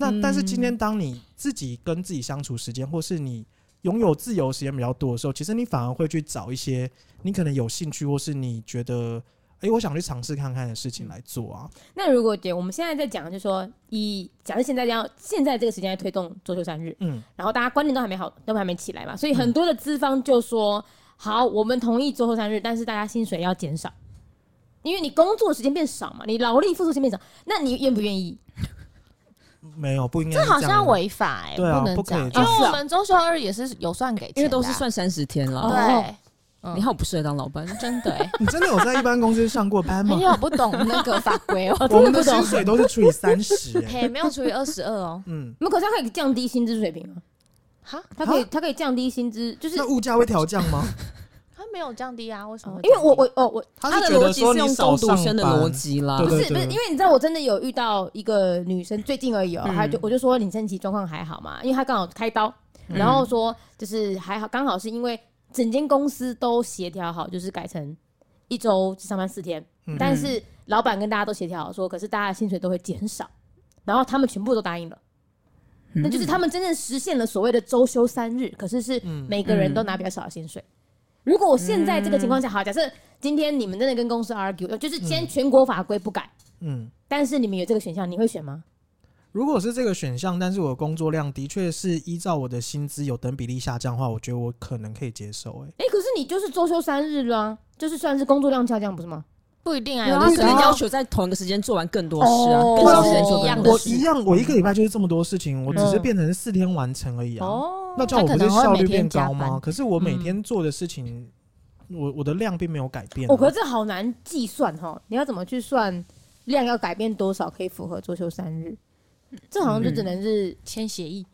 Speaker 2: 那但是今天当你自己跟自己相处时间，或是你拥有自由时间比较多的时候，其实你反而会去找一些你可能有兴趣，或是你觉得。诶，我想去尝试看看的事情来做啊，
Speaker 1: 那如果姐，我们现在在讲，就是说以假设现在要现在这个时间来推动周休三日，
Speaker 2: 嗯，
Speaker 1: 然后大家观念都还没好，都还没起来嘛，所以很多的资方就说。好，我们同意做后三日，但是大家薪水要减少，因为你工作时间变少嘛，你劳力付出时间变少，那你愿不愿意？
Speaker 2: 没有不应该
Speaker 4: 这
Speaker 2: 是
Speaker 4: 好
Speaker 2: 样
Speaker 4: 像
Speaker 2: 的
Speaker 4: 违法哎、
Speaker 2: 对啊
Speaker 4: 不能
Speaker 2: 不
Speaker 4: 这
Speaker 2: 可以
Speaker 4: 样，
Speaker 2: 这
Speaker 4: 因
Speaker 1: 样
Speaker 4: 为
Speaker 1: 是
Speaker 4: 我
Speaker 1: 啊
Speaker 4: 们周休二日也是有算给钱
Speaker 3: 因
Speaker 4: 的啊，
Speaker 3: 为都是算三十天了。
Speaker 4: 对，嗯
Speaker 3: 你好不适合当老板，
Speaker 4: 真
Speaker 2: (laughs)
Speaker 4: 的哎、
Speaker 2: 你真的有在一般公司上过班吗
Speaker 4: 很？有不懂那个法
Speaker 2: (laughs)
Speaker 4: 规哦、
Speaker 2: 我们的薪水都是除以三十、欸，
Speaker 4: (laughs) 嘿，没有除以二十二哦，
Speaker 2: 嗯，
Speaker 1: 那可是它可以降低薪资水平啊，
Speaker 4: 哈，
Speaker 1: 它可以
Speaker 2: 啊
Speaker 1: 它可以降低薪资，就是
Speaker 2: 那物价会调降吗？
Speaker 4: 他没有降低啊，为什么？
Speaker 1: 因为我我哦我
Speaker 2: 他
Speaker 3: 的
Speaker 2: 是觉
Speaker 3: 逻
Speaker 2: 得
Speaker 3: 辑
Speaker 2: 说
Speaker 3: 是
Speaker 2: 你
Speaker 3: 用
Speaker 2: 少
Speaker 3: 攻读
Speaker 2: 上
Speaker 3: 生的
Speaker 2: 班
Speaker 3: 逻辑啦
Speaker 2: 对。
Speaker 1: 不
Speaker 2: 对
Speaker 1: 是不是，因为你知道，我真的有遇到一个女生，最近而已哦、
Speaker 3: 嗯
Speaker 1: 她就我就说你身体状况还好嘛，因为她刚好开刀，然后说就是还好，刚好是因为整间公司都协调好，就是改成一周只上班四天，
Speaker 2: 嗯
Speaker 1: 但是老板跟大家都协调好说，可是大家的薪水都会减少，然后他们全部都答应了。
Speaker 3: 嗯
Speaker 1: 那就是他们真正实现了所谓的周休三日，可是是
Speaker 2: 嗯
Speaker 1: 每个人都拿比较少的薪水。如果我现在这个情况下，好，假设今天你们真的跟公司 argue，就是今天全国法规不改，
Speaker 2: 嗯，
Speaker 1: 但是你们有这个选项，你会选吗？
Speaker 2: 如果是这个选项，但是我的工作量的确是依照我的薪资有等比例下降的话，我觉得我可能可以接受、欸。
Speaker 1: 哎、可是你就是周休三日啦、就是算是工作量下降，不是吗？
Speaker 4: 不一定啊，
Speaker 3: 有
Speaker 4: 有
Speaker 3: 的
Speaker 4: 的
Speaker 3: 是
Speaker 4: 时候
Speaker 3: 要求在同一个时间做完更多事啊，
Speaker 1: 哦
Speaker 3: 更少时间
Speaker 1: 对
Speaker 3: 做
Speaker 1: 啊
Speaker 3: 更
Speaker 4: 我
Speaker 3: 多
Speaker 2: 我
Speaker 3: 事。
Speaker 2: 一样，我一个礼拜就是这么多事情，我只是
Speaker 1: 嗯
Speaker 2: 变成四天完成而已啊。
Speaker 1: 哦，
Speaker 2: 那这样我不是效率变高
Speaker 4: 他可能会每天加
Speaker 2: 吗？
Speaker 4: 班
Speaker 2: 可是我每天做的事情，我我的量并没有改变、啊。
Speaker 1: 我哦可是这好难计算哈，你要怎么去算量要改变多少可以符合周休三日？这好像就只能是、
Speaker 4: 签协 (laughs) 议，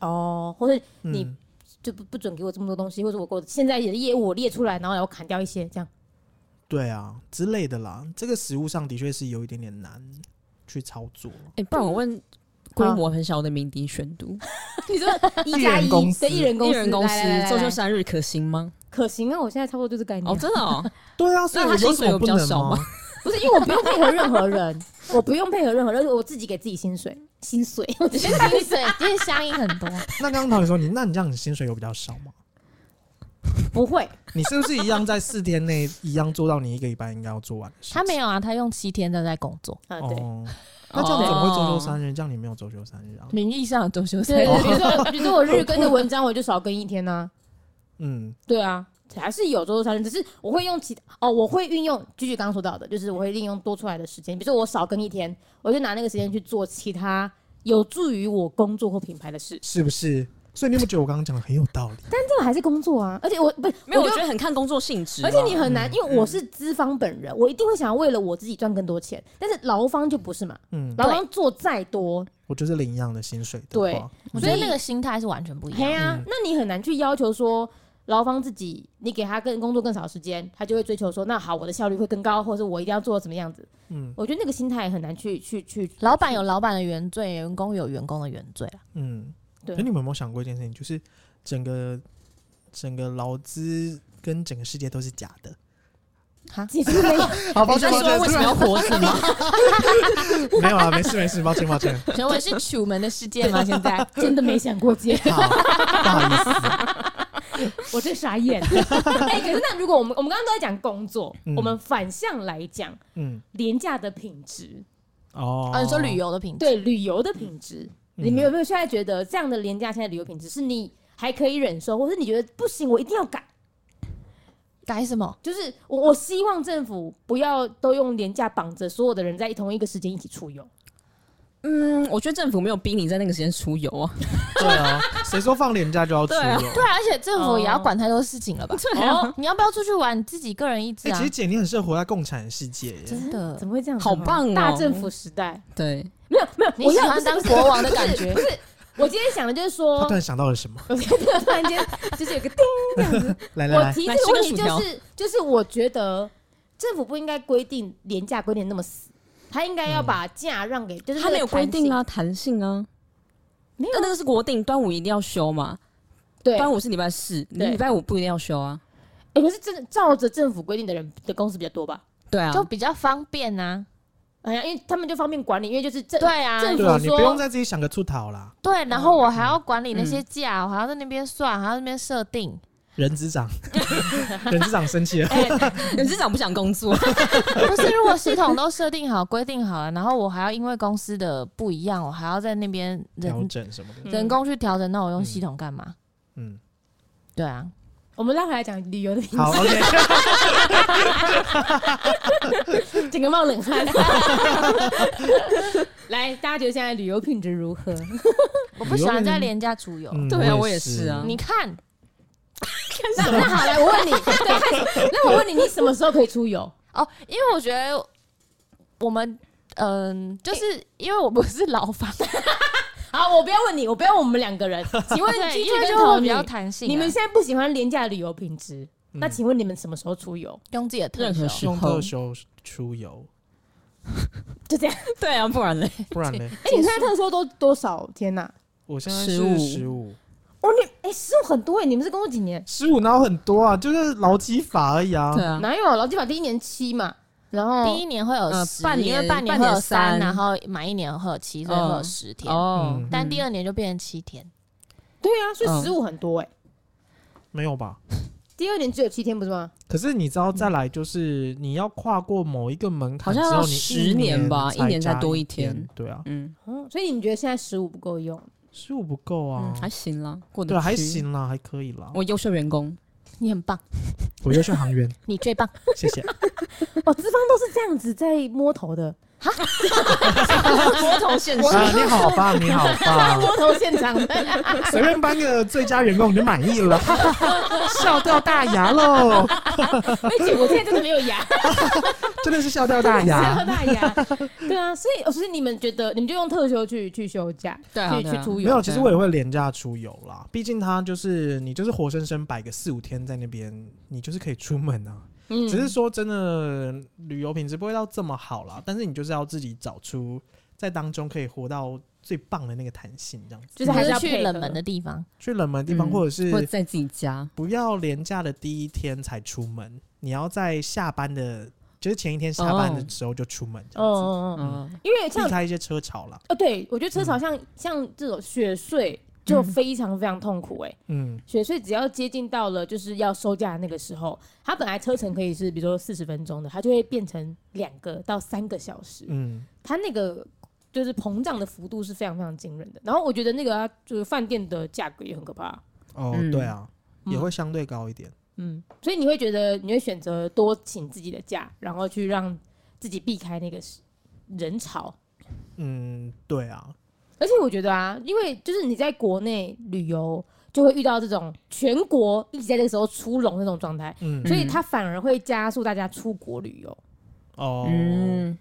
Speaker 1: 哦，或者
Speaker 2: 嗯
Speaker 1: 你就不不准给我这么多东西，或者我给我现在的业务我列出来，然后我砍掉一些这样。
Speaker 2: 对啊之类的啦，这个食物上的确是有一点点难去操作。
Speaker 3: 哎，不然我问规模很小的鸣笛选读，
Speaker 1: 你说 (laughs) 一
Speaker 2: 一
Speaker 1: 加
Speaker 2: 人
Speaker 1: 一
Speaker 2: 公司
Speaker 1: 对一人 (laughs) 公
Speaker 3: 一
Speaker 1: 司，
Speaker 3: 人公司
Speaker 1: 来来来来
Speaker 3: 周休三日可行吗？
Speaker 1: 可行啊！我现在差不多就是概念
Speaker 3: 哦，
Speaker 1: 啊，
Speaker 3: 真
Speaker 1: (laughs)
Speaker 3: 的哦，
Speaker 2: 对啊，所以
Speaker 3: 那
Speaker 2: 我
Speaker 3: 他
Speaker 2: 说
Speaker 3: 薪
Speaker 2: 什
Speaker 3: 水
Speaker 2: 么
Speaker 3: 有
Speaker 2: 不
Speaker 3: 比较
Speaker 2: 能
Speaker 3: 少
Speaker 2: 吗 (laughs)
Speaker 3: 吗？？
Speaker 1: 不是因为我不用配合任何人，我不用配合任何人，我自己给自己薪水， (laughs) 薪水，我只是
Speaker 4: 薪水因为相应很 (laughs) 多，
Speaker 2: 那刚刚导演说你，那你这样你薪水有比较少吗？
Speaker 1: 不会，
Speaker 2: 你是不是一样在四天内一样做到你一个礼拜应该要做完的事情？
Speaker 4: 他没有啊，他用七天都在工 (laughs) 作，
Speaker 1: 啊，对，
Speaker 2: 哦，那这样怎么会
Speaker 3: 哦
Speaker 2: 周休三日？这样你没有周休三日啊？
Speaker 4: 名义上有周休三
Speaker 1: 对，
Speaker 4: 日，
Speaker 1: 比如说比如说我日更的文章，我就少更一天啊呢、
Speaker 2: 嗯，
Speaker 1: 对啊，还是有周休三日，只是我会用其哦，我会运用菊菊刚刚说到的，就是我会利用多出来的时间，比如说我少更一天，我就拿那个时间去做其他有助于我工作或品牌的事，
Speaker 2: 是不是？所以你有没有觉得我刚刚讲的很有道理？
Speaker 1: 但这还是工作啊，而且我不
Speaker 3: 没有，
Speaker 1: 我
Speaker 3: 我
Speaker 1: 就
Speaker 3: 觉得很看工作性质啦。啊
Speaker 1: 而且你很难，因为我是啊嗯资方本人，我一定会想要为了我自己赚更多钱，但是劳方就不是嘛，
Speaker 2: 嗯，
Speaker 1: 劳方做再多，
Speaker 2: 我就是领一样的薪水的
Speaker 1: 对
Speaker 2: 话，
Speaker 4: 我觉得那个心态是完全不一样
Speaker 1: 嘿
Speaker 4: 的。
Speaker 1: 啊
Speaker 2: 嗯，
Speaker 1: 那你很难去要求说劳方自己，你给他更工作更少时间，他就会追求说，那好，我的效率会更高，或者是我一定要做到怎么样子。
Speaker 2: 嗯
Speaker 1: 我觉得那个心态很难去 (laughs) 去去，
Speaker 4: 老板有老板的原罪，员工有员工的原罪啊。
Speaker 2: 嗯。
Speaker 1: 对
Speaker 2: 可你们有没有想过一件事情，就是整个整个劳资跟整个世界都是假的？
Speaker 4: 哈，
Speaker 1: 解释没有，
Speaker 2: (laughs) 好，抱
Speaker 3: 你在
Speaker 2: 歉，抱
Speaker 3: 说
Speaker 2: 歉，
Speaker 3: 为什么要活着吗？
Speaker 2: (laughs) 没有啊，没事没事，抱歉
Speaker 3: (laughs)
Speaker 2: 抱歉。
Speaker 4: (laughs) 请问是楚门的世界吗？现 (laughs) 在
Speaker 1: (laughs) 真的没想过接，
Speaker 2: 好，不好意思，
Speaker 1: (laughs) 我真傻 (laughs) 眼。哎，可是那如果我们我们刚刚都在讲工作，
Speaker 2: 嗯
Speaker 1: 我们反向来讲
Speaker 2: 嗯，
Speaker 1: 廉价的品质，
Speaker 2: 哦，
Speaker 4: 啊，你说旅游的品质，
Speaker 1: 对旅游的品质，
Speaker 2: 嗯
Speaker 1: 你们有没有现在觉得这样的廉价现在旅游品质是你还可以忍受，或是你觉得不行，我一定要改？
Speaker 4: 改什么？
Speaker 1: 就是我我希望政府不要都用廉价绑着所有的人在同一个时间一起出 (laughs) 游。
Speaker 3: 嗯，我觉得政府没有逼你在那个时间出游啊。
Speaker 2: 对啊，谁说放年假就要出
Speaker 3: 对啊
Speaker 2: 游？
Speaker 4: 对啊，而且政府也要管太多事情了吧？
Speaker 3: 对啊
Speaker 4: 哦，你要不要出去玩？你自己个人一
Speaker 2: 哎、
Speaker 4: 支啊
Speaker 2: 其实，姐你很适合活在共产世界耶，
Speaker 4: 真的
Speaker 1: (laughs) 怎。么会这样子？
Speaker 3: 好棒哦
Speaker 1: 嗯大政府时代
Speaker 3: 对，
Speaker 1: 没有没有，
Speaker 4: 你
Speaker 1: 我要
Speaker 4: 喜欢
Speaker 1: 不是
Speaker 4: 当
Speaker 1: 不是
Speaker 4: 国王的感觉
Speaker 1: 不是。不是我今天想的就是
Speaker 2: 他
Speaker 1: 说
Speaker 4: (laughs)
Speaker 2: 突，然想到了什么？
Speaker 1: 我今天突然间就是有个叮，
Speaker 2: 来
Speaker 4: 啊
Speaker 2: 来
Speaker 1: 我
Speaker 2: 来，
Speaker 1: 提这
Speaker 3: 来
Speaker 1: 个
Speaker 3: 吃
Speaker 1: 问
Speaker 3: 根
Speaker 1: 题
Speaker 3: 薯
Speaker 1: 就
Speaker 3: 条
Speaker 1: 是就是我觉得政府不应该规定廉价规定那么死，他应
Speaker 4: 嗯
Speaker 1: 该要把价让给，就是
Speaker 3: 他没有规定
Speaker 1: 啊。
Speaker 3: 啊，弹性啊。
Speaker 1: 没有啊
Speaker 3: 那那个是国定，端午一定要休嘛？
Speaker 1: 对，
Speaker 3: 端午是礼拜四，你
Speaker 1: 对
Speaker 3: 礼拜五不一定要休啊？
Speaker 1: 欸可是真的照着政府规定的人的公司比较多吧？
Speaker 3: 对啊，
Speaker 4: 就比较方便啊呐、
Speaker 1: 哎呀，因为他们就方便管理，因为就是
Speaker 4: 啊。
Speaker 1: 政
Speaker 4: 对啊，
Speaker 1: 政府
Speaker 2: 对啊，
Speaker 1: 说
Speaker 2: 你不用再自己想个出逃啦，
Speaker 4: 对，然后我还要管理那
Speaker 2: 嗯
Speaker 4: 些假，我还要在那边算，还要在那边设定。
Speaker 2: 人之
Speaker 3: (laughs)
Speaker 2: 长，人之长生气了，
Speaker 3: 人事长不想
Speaker 1: (laughs)
Speaker 3: 工作，
Speaker 4: (laughs) 不是，如果系统都设定好、规定好了，然后我还要因为公司的不一样，我还要在那边
Speaker 2: 调
Speaker 4: 人
Speaker 3: 哎
Speaker 2: 整什么的，
Speaker 4: 人工去调整，那我用系统干嘛？
Speaker 2: 嗯，
Speaker 4: 对啊，
Speaker 1: 我们拉回来讲旅游的名
Speaker 2: 好，OK，
Speaker 3: (laughs)
Speaker 1: 字， (laughs) 整个冒冷汗。 (laughs) 来，大家觉得现在旅游品质如何？
Speaker 4: 我不喜欢在廉价出游。
Speaker 2: 嗯
Speaker 3: 对啊
Speaker 2: 我
Speaker 3: 我也是啊
Speaker 4: 你看，
Speaker 1: 那 (laughs) 那好，来，我问你，对，开始那我问你，你什么时候可以出游？
Speaker 4: 哦，因为我觉得我们，嗯、就是因为我不是牢房，
Speaker 1: 好，我不要问你，我不要问我们两个人。请问
Speaker 4: 对，
Speaker 1: Gigi
Speaker 4: 因为
Speaker 1: 跟
Speaker 4: 就会
Speaker 1: Tony，
Speaker 4: 比较弹性啊、
Speaker 1: 你们现在不喜欢廉价旅游品质，
Speaker 2: 嗯
Speaker 1: 那请问你们什么时候出游？
Speaker 4: 用自己的特
Speaker 3: 任何
Speaker 4: 色
Speaker 3: 时
Speaker 2: 用
Speaker 3: 候
Speaker 2: 特，休出游，
Speaker 1: 就这样。
Speaker 3: 对啊，不然嘞，
Speaker 2: 不然
Speaker 3: (laughs)
Speaker 2: 呢？
Speaker 1: 哎，你现在特休都多少天啊呐？
Speaker 2: 我现在
Speaker 3: 15
Speaker 2: 是十五，
Speaker 1: 哦，你哎，十五很多哎，你们是工作几年？
Speaker 2: 十五哪有很多啊？就是劳基法而已啊。
Speaker 3: 对啊，
Speaker 1: 哪有劳基法第一年七嘛，然后
Speaker 4: 哦第一年会有
Speaker 3: 呃
Speaker 4: 十、
Speaker 3: 半
Speaker 4: 因为
Speaker 3: 年
Speaker 4: 半年
Speaker 3: 半
Speaker 4: 会
Speaker 3: 年
Speaker 4: 有
Speaker 3: 三
Speaker 4: 然后满一年会有七，所以会有十天。
Speaker 3: 哦
Speaker 2: 嗯，
Speaker 4: 但第二年就变成七天，
Speaker 1: 对啊，所以
Speaker 3: 嗯
Speaker 1: 十五很多哎。
Speaker 2: 没有吧？嗯
Speaker 1: 第二年只有七天不是吗？
Speaker 2: 可是你知道，再来就是你要跨过某一个门槛
Speaker 3: 好
Speaker 2: 之
Speaker 3: 像
Speaker 2: 后，
Speaker 3: 要
Speaker 2: 你
Speaker 3: 10年吧
Speaker 2: 一
Speaker 3: 一年才
Speaker 2: 加
Speaker 3: 多
Speaker 2: 一
Speaker 3: 一天
Speaker 2: 对啊，
Speaker 3: 嗯
Speaker 1: 嗯，所以你们觉得现在十五不够用？
Speaker 2: 十五不够啊
Speaker 3: 嗯，，还行啦，过得
Speaker 2: 对啊，还
Speaker 3: 去。
Speaker 2: 行啦，还可以啦。
Speaker 3: 我优秀员工，
Speaker 4: 你很棒，
Speaker 2: 我优秀航
Speaker 3: (laughs)
Speaker 2: 员，
Speaker 4: 你最棒。
Speaker 2: 谢谢。
Speaker 1: 哦，资方都是这样子在摸头的， (laughs)
Speaker 3: 摸头现
Speaker 2: 啊，你好棒，你好棒，
Speaker 3: (laughs)
Speaker 1: 摸头现场的。
Speaker 2: 随便颁个最佳员工你就满意
Speaker 3: (laughs)
Speaker 2: 了，笑掉大牙喽，
Speaker 1: 而 (laughs) 且我现在真的没有牙，
Speaker 2: 真的是笑掉大
Speaker 1: 没有 (laughs)
Speaker 2: 牙。
Speaker 1: 大牙。对啊，所以哦所以你们觉得你们就用特休去去休假，
Speaker 3: 对啊
Speaker 1: 去
Speaker 3: 对啊
Speaker 1: 去出
Speaker 2: 没
Speaker 1: 游
Speaker 2: 有，。其实我也会廉价出游啦，毕竟他就是你就是活生生摆个四五天在那边，你就是可以出门啊。
Speaker 1: 嗯
Speaker 2: 只是说真的，旅游品质不会到这么好啦，但是你就是要自己找出在当中可以活到最棒的那个弹性，这样子。
Speaker 1: 就是还是要
Speaker 4: 去
Speaker 1: 配合
Speaker 4: 冷门的地方，
Speaker 2: 去冷门地方，
Speaker 3: 嗯
Speaker 2: 或者
Speaker 3: 或者
Speaker 2: 是
Speaker 3: 在自己家，
Speaker 2: 不要廉价的第一天才出门，你要在下班的，就是前一天下班的时候就出门，这
Speaker 1: 哦
Speaker 2: 样
Speaker 1: 哦哦，
Speaker 3: 嗯，
Speaker 1: 因为
Speaker 2: 子，
Speaker 1: 像
Speaker 2: 避开一些车潮啦。
Speaker 1: 哦，对我觉得车
Speaker 2: 嗯
Speaker 1: 潮像像这种雪隧就非常非常痛苦哎。
Speaker 2: 嗯，
Speaker 1: 雪隧只要接近到了就是要收价的那个时候，它本来车程可以是比如说四十分钟的，它就会变成两个到三个小时。
Speaker 2: 嗯，
Speaker 1: 它那个就是膨胀的幅度是非常非常惊人的。然后我觉得那个、啊、就是饭店的价格也很可怕，
Speaker 2: 哦，
Speaker 3: 嗯
Speaker 2: 对啊，
Speaker 1: 嗯
Speaker 2: 也会相对高一点。
Speaker 1: 嗯，所以你会觉得你会选择多请自己的假，然后去让自己避开那个时人潮。
Speaker 2: 嗯，对啊，
Speaker 1: 而且我觉得啊，因为就是你在国内旅游，就会遇到这种全国一直在这个时候出笼那种状态，
Speaker 2: 嗯，
Speaker 1: 所以它反而会加速大家出国旅游，
Speaker 2: 哦，
Speaker 3: 嗯，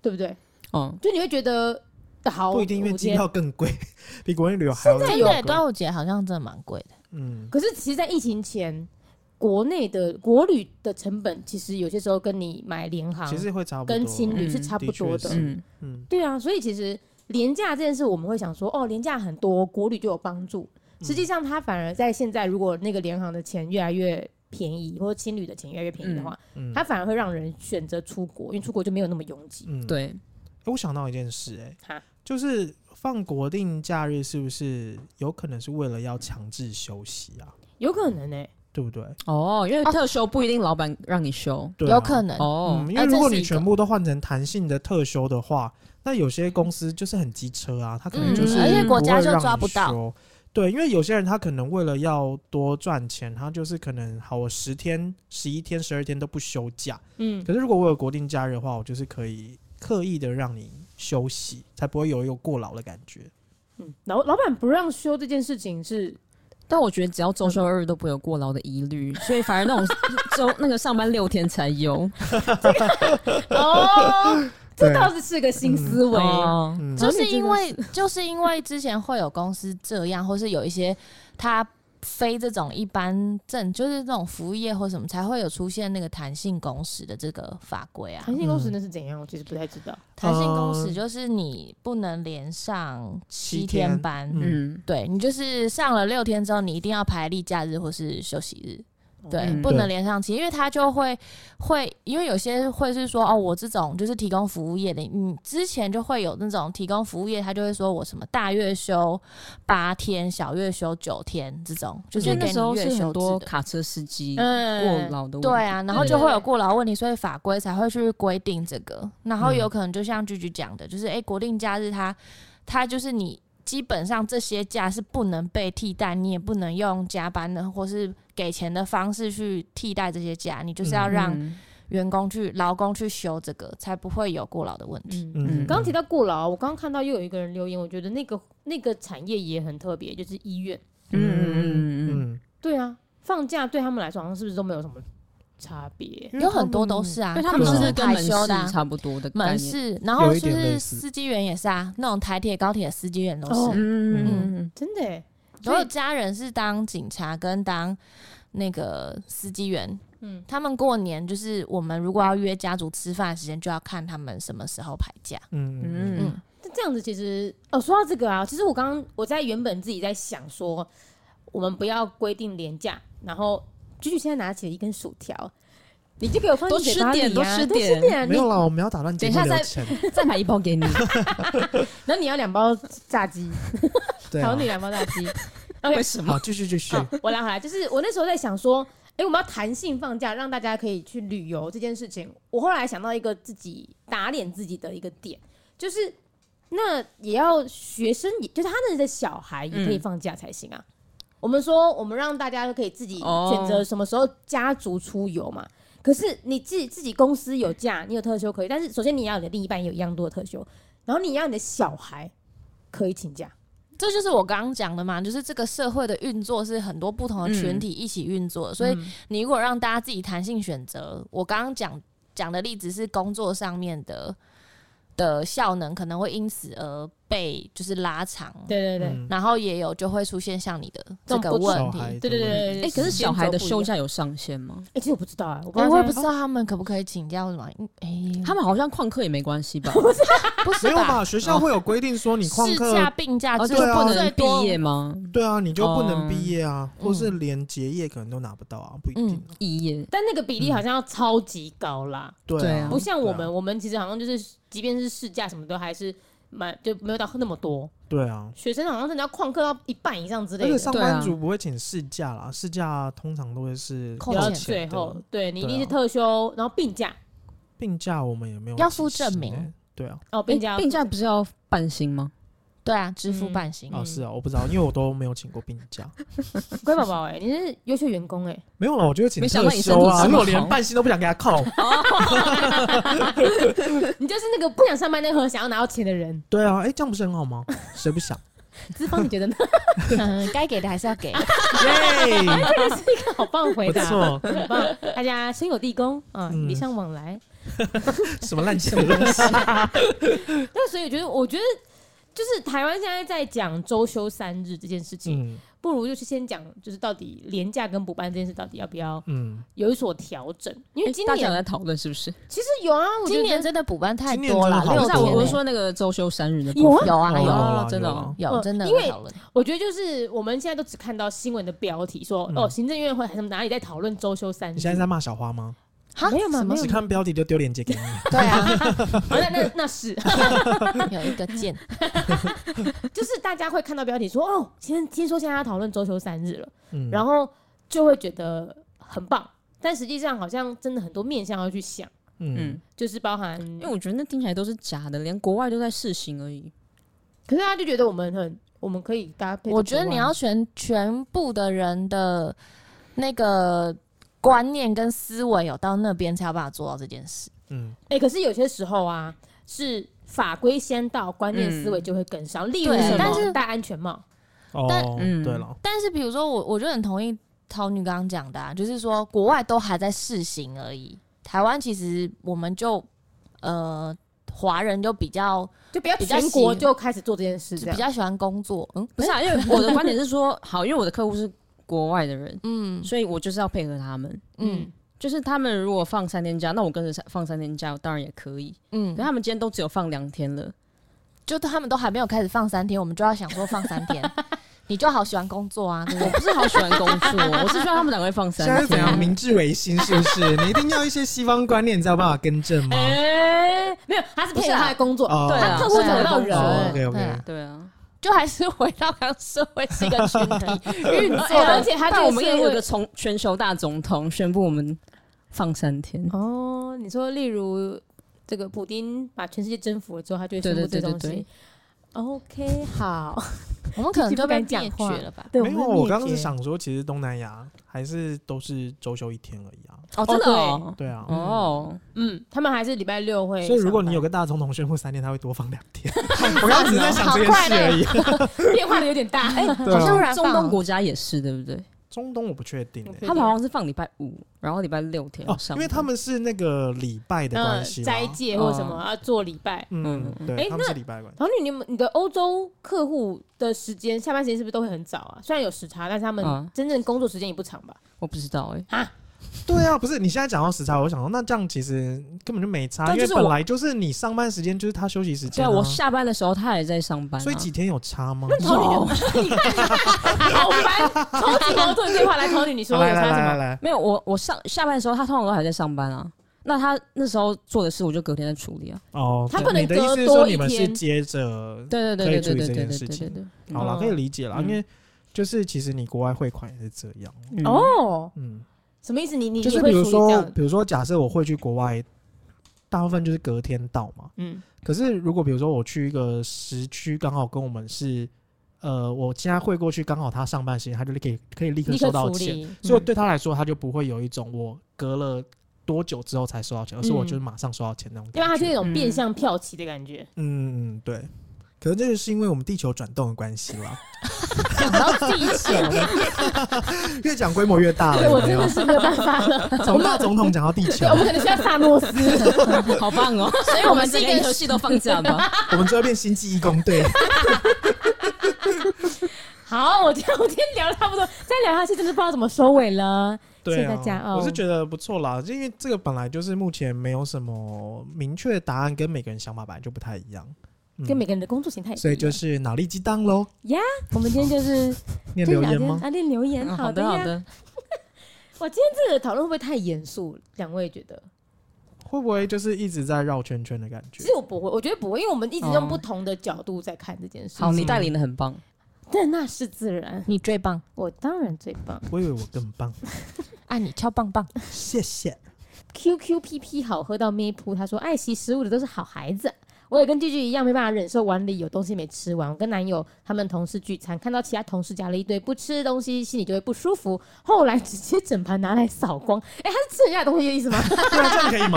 Speaker 1: 对不对？
Speaker 3: 哦，
Speaker 1: 就你会觉得好
Speaker 2: 不一定，因为
Speaker 1: 五
Speaker 2: 机
Speaker 1: 天
Speaker 2: 票更贵， (laughs) 比国内旅游还要
Speaker 1: 现在
Speaker 4: 真
Speaker 1: 有
Speaker 4: 的
Speaker 2: 更贵
Speaker 4: 端午节好像真的蛮贵的。
Speaker 2: 嗯，
Speaker 1: 可是其实，在疫情前，国内的国旅的成本其实有些时候跟你买联航
Speaker 2: 其实会差不多。
Speaker 1: 跟新旅是
Speaker 3: 嗯
Speaker 1: 差不
Speaker 2: 的确
Speaker 1: 多
Speaker 2: 是
Speaker 1: 的，
Speaker 3: 嗯，
Speaker 2: 嗯，
Speaker 1: 对啊，所以其实廉价这件事，我们会想说，哦，廉价很多，国旅就有帮助。实
Speaker 2: 嗯
Speaker 1: 际上，它反而在现在，如果那个联航的钱越来越便宜，或者青旅的钱越来越便宜的话，
Speaker 2: 嗯
Speaker 1: 它反而会让人选择出国，因为出国就没有那么拥挤。
Speaker 2: 嗯，诶
Speaker 3: 对，
Speaker 2: 我想到一件事、诶，
Speaker 1: 哈
Speaker 2: 哎，就是放国定假日是不是有可能是为了要强制休息啊？
Speaker 1: 有可能呢、欸
Speaker 2: 对不对？
Speaker 3: 哦，因为特休不一定老板让你休，
Speaker 2: 对啊
Speaker 4: 有可能，
Speaker 3: 哦
Speaker 2: 嗯，，因
Speaker 4: 哎
Speaker 2: 为如果
Speaker 4: 这是
Speaker 2: 你
Speaker 4: 一个
Speaker 2: 全部都换成弹性的特休的话，那有些公司就是很机车啊，他可能就是
Speaker 3: 嗯而且
Speaker 4: 国家
Speaker 2: 会
Speaker 4: 就
Speaker 2: 让
Speaker 4: 抓
Speaker 2: 你
Speaker 4: 不到
Speaker 2: 休。对，因为有些人他可能为了要多赚钱，他就是可能好，我十天、十一天、十二天都不休假。
Speaker 1: 嗯，
Speaker 2: 可是如果我有国定假日的话，我就是可以刻意的让你休息，才不会有一个过劳的感觉。
Speaker 1: 嗯，老老板不让休这件事情是，
Speaker 3: 但我觉得只要周休二日都不会有过劳的疑虑，所以反而那种周那个上班六天才 (laughs) 有，
Speaker 1: (laughs) 哦，这
Speaker 2: 对
Speaker 1: 倒是是个新思维。
Speaker 3: 哦，
Speaker 2: 嗯
Speaker 1: 啊
Speaker 4: 就是
Speaker 1: 你真
Speaker 4: 因
Speaker 1: 的
Speaker 4: 为就是因为之前会有公司这样，或是有一些他非这种一般证，就是这种服务业或什么，才会有出现那个弹性工时的这个法规啊
Speaker 1: 弹。性工
Speaker 2: 嗯
Speaker 1: 时那是怎样？我其实不太知道。
Speaker 4: 弹性工时
Speaker 2: 呃
Speaker 4: 就是你不能连上七
Speaker 2: 七天
Speaker 4: 天班，
Speaker 2: 嗯
Speaker 3: 嗯，
Speaker 4: 对你就是上了六天之后，你一定要排例假日或是休息日。对，
Speaker 3: 嗯
Speaker 4: 不
Speaker 2: 对
Speaker 4: 能连上期，因为他就会会，因为有些会是说哦，我这种就是提供服务业的，你之前就会有那种提供服务业，他就会说我什么大月休八天，小月休九天这种，就
Speaker 3: 因为
Speaker 4: 是给
Speaker 3: 那
Speaker 4: 你
Speaker 3: 时候
Speaker 4: 月
Speaker 3: 是
Speaker 4: 休
Speaker 3: 很多
Speaker 4: 制的。
Speaker 3: 卡车司机过
Speaker 1: 嗯，
Speaker 3: 劳的问题，
Speaker 4: 对啊，然后
Speaker 1: 对
Speaker 4: 就
Speaker 1: 对
Speaker 4: 会
Speaker 1: 对
Speaker 4: 有过劳问题，所以法规才会去规定这个。然后
Speaker 2: 嗯
Speaker 4: 有可能就像居居讲的，就是诶，国定假日它它就是你基本上这些假是不能被替代，你也不能用加班的或是给钱的方式去替代这些假，你就是要
Speaker 2: 嗯
Speaker 4: 让
Speaker 3: 嗯
Speaker 4: 员工去劳工去休这个，才不会有过劳的问题。
Speaker 1: 嗯，
Speaker 2: 嗯，
Speaker 1: 刚刚提到过劳，我刚刚看到又有一个人留言，我觉得那个那个产业也很特别，就是医院。
Speaker 3: 嗯嗯嗯嗯
Speaker 2: 嗯，
Speaker 1: 对啊，放假对他们来说好像是不是都没有什么差别？
Speaker 4: 有很多都是啊，
Speaker 3: 因为他
Speaker 4: 们
Speaker 3: 们
Speaker 4: 就
Speaker 3: 就是是跟
Speaker 4: 排
Speaker 3: 门
Speaker 4: 休
Speaker 3: 市
Speaker 4: 的啊、
Speaker 3: 差不多的概念
Speaker 4: 门，市，然后
Speaker 2: 有一
Speaker 4: 就
Speaker 2: 点类
Speaker 4: 是
Speaker 2: 似
Speaker 4: 司机员也是啊，那种台铁、高铁的司机员都
Speaker 1: 哦
Speaker 4: 是。
Speaker 3: 嗯
Speaker 4: 嗯
Speaker 3: 嗯
Speaker 1: 真的欸，
Speaker 4: 我
Speaker 1: 所
Speaker 4: 有
Speaker 1: 以
Speaker 4: 家人是当警察跟当那个司机员，
Speaker 1: 嗯，
Speaker 4: 他们过年就是我们如果要约家族吃饭的时间，就要看他们什么时候排假。
Speaker 2: 嗯嗯
Speaker 3: 嗯
Speaker 1: 那这样子其实哦，说到这个啊，其实我刚刚我在原本自己在想说，我们不要规定廉价，然后菊菊现在拿起了一根薯条，你就给我放进
Speaker 3: 多吃
Speaker 1: 嘴巴里、啊、
Speaker 3: 点多吃点
Speaker 1: 点
Speaker 2: 没有
Speaker 1: 你
Speaker 2: 啦，我们要打乱节目
Speaker 3: 等一下
Speaker 2: 流
Speaker 3: 再
Speaker 2: 程，
Speaker 3: (laughs) 嗯，再买一包给你，
Speaker 1: 然后你要两包炸鸡，
Speaker 2: 对
Speaker 1: 然
Speaker 2: 啊
Speaker 1: 后，你两包炸鸡。
Speaker 3: 为什么？
Speaker 2: 好，继续继续，
Speaker 1: 好，我拉回来，就是我那时候在想说，哎、我们要弹性放假，让大家可以去旅游这件事情。我后来想到一个自己打脸自己的一个点，就是那也要学生也，就是他那里的小孩也可以放假才行啊。我们说，我们让大家都可以自己
Speaker 3: 哦
Speaker 1: 选择什么时候家族出游嘛。可是你自己自己公司有假，你有特休可以，但是首先你要你的另一半有一样多的特休，然后你要你的小孩可以请假。
Speaker 4: 这就是我刚刚讲的嘛，就是这个社会的运作是很多不同的
Speaker 1: 嗯
Speaker 4: 群体一起运作的，所以你如果让大家自己弹性选择，我刚刚讲讲的例子是工作上面的的效能可能会因此而被就是拉长，
Speaker 1: 对对对，
Speaker 2: 嗯
Speaker 4: 然后也有就会出现像你的这
Speaker 1: 这
Speaker 4: 个
Speaker 1: 种不
Speaker 4: 问
Speaker 2: 小
Speaker 4: 题。
Speaker 2: 孩
Speaker 1: 对
Speaker 2: 的
Speaker 1: 对
Speaker 2: 问题，
Speaker 1: 对，
Speaker 3: 哎，可是小孩的休
Speaker 1: 假。
Speaker 3: 假有上限吗？
Speaker 1: 哎、欸，其实我不知道啊，我不知
Speaker 4: 哎，
Speaker 1: 道、
Speaker 4: 我也不知。道他们可不可以请假，为什么？嗯哎，
Speaker 3: 他们好像旷课也没关 (laughs) 系吧？
Speaker 4: 不是
Speaker 2: 没有吧？？学校会有规定说你旷
Speaker 4: 事假、
Speaker 2: 课，
Speaker 4: 病假
Speaker 3: 哦，
Speaker 4: 制
Speaker 3: 就
Speaker 4: 度
Speaker 3: 是
Speaker 2: 啊
Speaker 3: 不
Speaker 4: 最
Speaker 3: 能毕
Speaker 4: 多
Speaker 3: 业吗？
Speaker 2: 对啊，你就不能毕业啊，
Speaker 4: 嗯
Speaker 2: 或是连结业可能都拿不到啊，不一定啊。
Speaker 3: 毕业，
Speaker 1: 但那个比例好像要超级高啦，
Speaker 2: 对
Speaker 3: 对
Speaker 2: 啊，
Speaker 3: 啊
Speaker 1: 不像我们，
Speaker 2: 对啊，
Speaker 1: 我们其实好像就是，即便是试驾什么都还是蛮就没有到那么多。
Speaker 2: 对啊。
Speaker 1: 学生好像真的要旷课到一半以上之
Speaker 2: 而
Speaker 1: 类
Speaker 2: 且
Speaker 1: 的，
Speaker 2: 上班族不会请事假啦，事假通常都会是
Speaker 4: 扣
Speaker 1: 留到
Speaker 4: 钱
Speaker 1: 最
Speaker 2: 钱的
Speaker 1: 后，对你一定
Speaker 2: 对啊
Speaker 1: 是特休，然后病假
Speaker 2: 病假我们也没有
Speaker 4: 要付
Speaker 2: 歧视
Speaker 4: 证明
Speaker 2: 欸，对啊，
Speaker 1: 哦，病假
Speaker 3: 诶病假不是要半薪吗？
Speaker 4: 对啊，支付半薪。
Speaker 2: 啊
Speaker 1: 嗯
Speaker 2: 是啊，我不知道，因为我都没有请过病假， (laughs)
Speaker 1: 乖宝宝哎，你是优秀员工哎、 (laughs)
Speaker 2: 没有了，我就会请
Speaker 3: 没想到
Speaker 2: 特
Speaker 3: 你身
Speaker 2: 休
Speaker 3: 体
Speaker 2: 啊，
Speaker 3: 这么
Speaker 2: 因为我连
Speaker 3: 好
Speaker 2: 半薪都不想给他扣。
Speaker 1: 你就是那个不想上班那盒想要拿到钱的人，
Speaker 2: 对啊，哎，这样不是很好吗？谁不想？
Speaker 1: 资方你觉得呢？
Speaker 4: 嗯，该给的还是要给。
Speaker 2: 耶，
Speaker 1: 这个是一个好
Speaker 2: (laughs)
Speaker 1: 棒的回
Speaker 2: 不
Speaker 1: 答，
Speaker 2: 错，
Speaker 1: 很棒，大家心有地宫啊，
Speaker 2: 嗯
Speaker 1: 礼尚往来。
Speaker 2: 什么烂结
Speaker 3: 什么
Speaker 2: 论？
Speaker 3: 东西？
Speaker 1: 那所以我觉得，我觉得就是台湾现在在讲周休三日这件事情，
Speaker 2: 嗯
Speaker 1: 不如就是先讲，就是到底廉价跟补班这件事到底要不要
Speaker 2: 嗯，
Speaker 1: 有所调整？因
Speaker 4: 哎
Speaker 1: 为今
Speaker 3: 大家有
Speaker 1: 年
Speaker 3: 在讨论是不是？
Speaker 1: 其实有啊，我觉
Speaker 4: 今
Speaker 1: 得
Speaker 4: 年真的补班太
Speaker 2: 今年
Speaker 4: 多
Speaker 2: 真
Speaker 4: 了
Speaker 2: 的，好
Speaker 4: 六
Speaker 3: 不是啊，我
Speaker 4: 天
Speaker 3: 我
Speaker 4: 欸
Speaker 3: 是说那个周休三日的部
Speaker 1: 有啊
Speaker 3: 分，
Speaker 2: 有
Speaker 4: 有啊，有
Speaker 2: 啊
Speaker 3: 哦真的
Speaker 2: 有啊
Speaker 3: 哦，
Speaker 4: 有真的
Speaker 1: 因为
Speaker 4: 有讨论，
Speaker 1: 我觉得就是我们现在都只看到新闻的标题说，
Speaker 2: 嗯
Speaker 1: 哦，行政院会还是哪里在讨论周休三
Speaker 2: 你
Speaker 1: 日
Speaker 2: 现在？在骂小花吗？
Speaker 4: 哈
Speaker 1: 没有嘛
Speaker 4: 什么
Speaker 1: 没有
Speaker 2: 只看标题就丢链接给你，
Speaker 4: 对啊， (laughs)
Speaker 1: 哦那那那是， (laughs)
Speaker 4: 有一个键，
Speaker 1: 就是大家会看到标题说，哦，现在听说现在要讨论周休三日了，
Speaker 2: 嗯，
Speaker 1: 然后就会觉得很棒，但实际上好像真的很多面向要去想，
Speaker 2: 嗯
Speaker 3: 嗯，
Speaker 1: 就是包含
Speaker 3: 因为我觉得那听起来都是假的，连国外都在试行而已。
Speaker 1: 可是他就觉得我们很，我们可以搭配。
Speaker 4: 我觉得你要，全全部的人的那个观念跟思维有到那边，才有办法做到这件事。
Speaker 2: 嗯，
Speaker 1: 哎、可是有些时候啊，是法规先到，观念
Speaker 3: 嗯
Speaker 1: 思维就会跟上。例如
Speaker 4: 对
Speaker 1: 什么，
Speaker 4: 但是
Speaker 1: 戴安全帽，
Speaker 2: 哦
Speaker 4: 但，
Speaker 3: 嗯
Speaker 2: 对了，
Speaker 4: 但是比如说我，我就很同意桃女刚刚讲的、啊，就是说国外都还在试行而已，台湾其实我们就呃华人就比较
Speaker 1: 就不要
Speaker 4: 比较
Speaker 1: 全国
Speaker 4: 行
Speaker 1: 就开始做这件事，这
Speaker 4: 比
Speaker 1: 样。
Speaker 4: 较喜欢工作，嗯
Speaker 3: 不是啊，因为我的
Speaker 1: (laughs)
Speaker 3: 观点是说，好，因为我的客户是国外的人，
Speaker 4: 嗯
Speaker 3: 所以我就是要配合他们。
Speaker 4: 嗯
Speaker 3: 就是他们如果放三天假，那我跟着放三天假，我当然也可以。可是
Speaker 4: 嗯，
Speaker 3: 他们今天都只有放两天了，
Speaker 4: 就他们都还没有开始放三天，我们就要想说放三天，你就好喜欢工作啊，对不
Speaker 3: 我不
Speaker 4: 对？
Speaker 3: 是好喜欢工作，
Speaker 1: (laughs)
Speaker 3: 我是希望他们两个人放
Speaker 2: 现
Speaker 3: 三
Speaker 2: 在是怎样
Speaker 3: 天。
Speaker 2: 明治维新是不是？你一定要一些西方观念，你才有办法更正吗？
Speaker 1: 哎、没有，他是配
Speaker 3: 不是
Speaker 1: 合
Speaker 3: 啊
Speaker 1: 他的工作，
Speaker 2: 哦
Speaker 1: 他客户
Speaker 3: 对
Speaker 1: 找
Speaker 3: 啊
Speaker 1: 到
Speaker 3: 对
Speaker 1: 人。
Speaker 2: 哦，OK
Speaker 4: 对
Speaker 2: OK，
Speaker 4: 啊
Speaker 3: 对啊，
Speaker 4: 就还是回到刚刚社会是一个群
Speaker 1: (laughs)
Speaker 4: 体运
Speaker 3: (laughs)
Speaker 1: 哎
Speaker 4: 作
Speaker 1: 而
Speaker 4: 的，
Speaker 1: 且他这
Speaker 3: 啊但
Speaker 1: 个
Speaker 3: 我们也有一
Speaker 1: 社
Speaker 3: 个
Speaker 1: 会
Speaker 3: 从全球大总统宣布我们放三天。
Speaker 1: 哦，你说例如这个普丁把全世界征服了之后，他就会宣
Speaker 3: 对
Speaker 1: 布
Speaker 3: 对
Speaker 1: 这
Speaker 3: 对对
Speaker 1: 东西。
Speaker 3: 对，
Speaker 1: OK，好，
Speaker 4: 我们可
Speaker 1: 自
Speaker 4: 能
Speaker 1: 己
Speaker 4: 就
Speaker 1: 不
Speaker 4: 被
Speaker 1: 敢讲
Speaker 4: 灭绝
Speaker 1: 话
Speaker 4: 了吧？
Speaker 1: 对，
Speaker 2: 没有，我刚刚是
Speaker 1: 想。
Speaker 2: 想说，其实东南亚还是都是周休一天而已啊。
Speaker 3: 哦，真的哦，
Speaker 2: 对啊，
Speaker 3: 哦，
Speaker 1: 嗯，他们还是礼拜六会上班。
Speaker 2: 所以如果你有个大总统宣布三天，他会多放两天。我
Speaker 4: 我
Speaker 2: 刚刚只是在想这件事而已。
Speaker 1: (laughs) 变化的有点大，哎，
Speaker 2: 对
Speaker 4: 突
Speaker 2: 啊，
Speaker 4: 然
Speaker 3: 中
Speaker 4: 放
Speaker 3: 东
Speaker 4: 哦
Speaker 3: 国家也是对不对？
Speaker 2: 中东我不确定欸
Speaker 1: 对
Speaker 3: 他们好像是放礼拜五，然后礼拜六天
Speaker 2: 哦，
Speaker 3: 上班，
Speaker 2: 因为他们是那个礼拜的
Speaker 1: 嗯
Speaker 2: 关，系嘛
Speaker 1: 斋戒或什么
Speaker 3: 哦
Speaker 1: 啊，做礼拜。
Speaker 2: 嗯，
Speaker 1: 哎
Speaker 2: 对，他们是
Speaker 1: 那
Speaker 2: 礼拜的关系。
Speaker 1: 然后你你们你的欧洲客户的时间下班时间是不是都会很早啊？虽然有时差，但是他们
Speaker 3: 啊
Speaker 1: 真正工作时间也不长吧？
Speaker 3: 我不知道哎，
Speaker 2: 对啊，不是你现在讲到时差，我想说那这样其实根本就没差，
Speaker 3: 但
Speaker 2: 因
Speaker 3: 就
Speaker 2: 为
Speaker 3: 是
Speaker 2: 本
Speaker 3: 我
Speaker 2: 来就是你上班时间就是他休息时间
Speaker 3: 对
Speaker 2: 啊。
Speaker 3: 我下班的时候他也在上班啊，
Speaker 2: 所以几天有差吗？
Speaker 1: 那头 (laughs) 女，你看，好烦，超级矛盾对话来头女，你说
Speaker 2: 好
Speaker 1: 有
Speaker 2: (laughs) 来来
Speaker 1: 差
Speaker 2: 来
Speaker 1: 什
Speaker 2: 来
Speaker 1: 么？
Speaker 2: 来，
Speaker 3: 没有我我上下班的时候他通常都还在上班啊，那他那时候做的事我就隔天再处理啊，
Speaker 2: 哦，
Speaker 1: 他
Speaker 2: 对
Speaker 1: 不能
Speaker 2: 你的意思
Speaker 1: 隔
Speaker 2: 是
Speaker 1: 多
Speaker 2: 说
Speaker 1: 一
Speaker 2: 你们是
Speaker 1: 天
Speaker 2: 接着
Speaker 3: 对对
Speaker 2: 可
Speaker 3: 对
Speaker 2: 以
Speaker 3: 对
Speaker 2: 处理这
Speaker 3: 对对
Speaker 2: 件
Speaker 3: 对
Speaker 2: 事
Speaker 3: 对对
Speaker 2: 情
Speaker 3: 对，嗯
Speaker 2: 好了，
Speaker 1: 嗯
Speaker 2: 可以理解了，
Speaker 3: 嗯
Speaker 2: 因为就是其实你国外汇款也是这样，
Speaker 3: 嗯
Speaker 1: 哦，
Speaker 2: 嗯，
Speaker 1: 什么意思？你你
Speaker 2: 就是
Speaker 1: 也
Speaker 2: 比
Speaker 1: 会
Speaker 2: 如
Speaker 1: 处理这
Speaker 2: 说，
Speaker 1: 样？
Speaker 2: 比如说假设我会去国外，大部分就是隔天到嘛。
Speaker 1: 嗯，
Speaker 2: 可是如果比如说我去一个时区，刚好跟我们是，呃，我现在汇过去，刚好他上班时间，他就可以可以立刻
Speaker 1: 立
Speaker 2: 收
Speaker 1: 刻
Speaker 2: 到
Speaker 1: 处
Speaker 2: 钱，
Speaker 1: 理。
Speaker 2: 所以对他来说，他就不会有一种我隔了多久之后才收到钱，而是我
Speaker 1: 嗯
Speaker 2: 就是马上收到钱那种感觉。
Speaker 1: 因为它就有一种变相票期的感觉，
Speaker 2: 嗯嗯对。可是这个是因为我们地球转动的关系啦，
Speaker 1: 讲到地球，
Speaker 2: (laughs) 越讲规模越大了。
Speaker 1: 对我
Speaker 2: 有没
Speaker 1: 真
Speaker 2: 有
Speaker 1: 的是没有办法
Speaker 2: (laughs)
Speaker 1: 了。
Speaker 2: 从大总统讲到地球
Speaker 1: 对，我，们可能需要萨诺斯，
Speaker 3: (laughs) 好棒哦，所以
Speaker 4: 我们这个
Speaker 3: 游戏都放假吧，
Speaker 2: 我们就要变星际义工队。
Speaker 1: 好，我今天我今天聊得差不多，再聊下去真的不知道怎么收尾了。
Speaker 2: 对、啊、
Speaker 1: 谢谢大家哦
Speaker 2: 我是觉得不错啦，因为这个本来就是目前没有什么明确的答案，跟每个人想法本来就不太一样，嗯
Speaker 1: 跟每个人的工作形态也不一样，
Speaker 2: 所以就是脑力激荡喽。
Speaker 1: 我们今天就是
Speaker 2: 念留
Speaker 1: 就聊
Speaker 2: 言
Speaker 1: 天
Speaker 2: 吗？
Speaker 1: 啊，念留言，
Speaker 3: 嗯
Speaker 1: 好
Speaker 3: 好的好
Speaker 1: 呀。
Speaker 3: 的，
Speaker 1: 我今天这个讨论会不会太严肃？两位觉得？
Speaker 2: 会不会就是一直在绕圈圈的感觉
Speaker 1: 其？实我不会，我觉得不会，因为我们一直用
Speaker 3: 哦
Speaker 1: 不同的角度在看这件事。
Speaker 3: 好，你
Speaker 2: 嗯
Speaker 3: 带领的很棒，
Speaker 1: 但那是自然，
Speaker 4: 你最棒，
Speaker 1: 我当然最棒。
Speaker 2: 我以为我更棒，
Speaker 4: 爱你敲棒棒。
Speaker 2: 谢谢。
Speaker 1: QQPP 好喝到咩噗，他说爱惜食物的都是好孩子。我也跟句句一样，没办法忍受碗里有东西没吃完。我跟男友他们同事聚餐，看到其他同事夹了一堆不吃的东西，心里就会不舒服。后来直接整盘拿来扫光。哎、他是吃人家的东西的意思吗？
Speaker 2: (laughs) 对啊，这样可以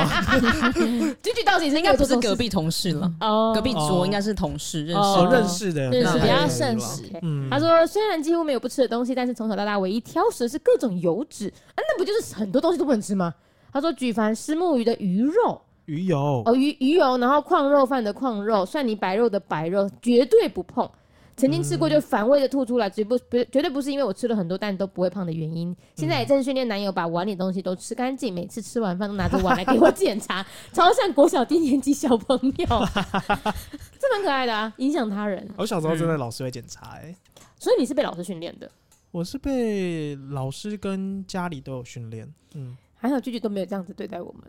Speaker 2: 吗？
Speaker 1: 句句到底是
Speaker 3: 应该不
Speaker 1: 做
Speaker 3: 是
Speaker 1: 这种
Speaker 3: 隔
Speaker 1: 事
Speaker 3: 壁同事了，
Speaker 1: 哦，
Speaker 3: 隔壁
Speaker 2: 哦
Speaker 3: 桌应该是同事认识
Speaker 2: 哦，
Speaker 1: 哦
Speaker 3: 的，
Speaker 2: 认识的，
Speaker 1: 认
Speaker 2: 那
Speaker 1: 识
Speaker 2: 还
Speaker 1: 比较
Speaker 2: 可以
Speaker 4: 慎
Speaker 2: 啦
Speaker 4: 识
Speaker 1: OK
Speaker 2: 嗯
Speaker 1: 他说：“虽然几乎没有不吃的东西，但是从小到大唯一挑食的是各种油脂啊，那不就是很多东西都不能吃吗？”他说：“举凡石目鱼的鱼肉，
Speaker 2: 鱼油
Speaker 1: 哦，鱼鱼油，然后矿肉饭的矿肉，蒜泥白肉的白肉，绝对不碰。曾经吃过就反胃的吐出来，绝不不绝对不是因为我吃了很多但都不会胖的原因。现在也正训练男友把碗里的东西都吃干净，每次吃完饭都拿着碗来给我检查， (laughs) 超像国小低年级小朋友， (laughs) 这蛮可爱的啊，影响他人。
Speaker 2: 我小时候真的老师会检查、欸，
Speaker 1: 所以你是被老师训练的，
Speaker 2: 我是被老师跟家里都有训练，嗯，
Speaker 1: 还好句句都没有这样子对待我们。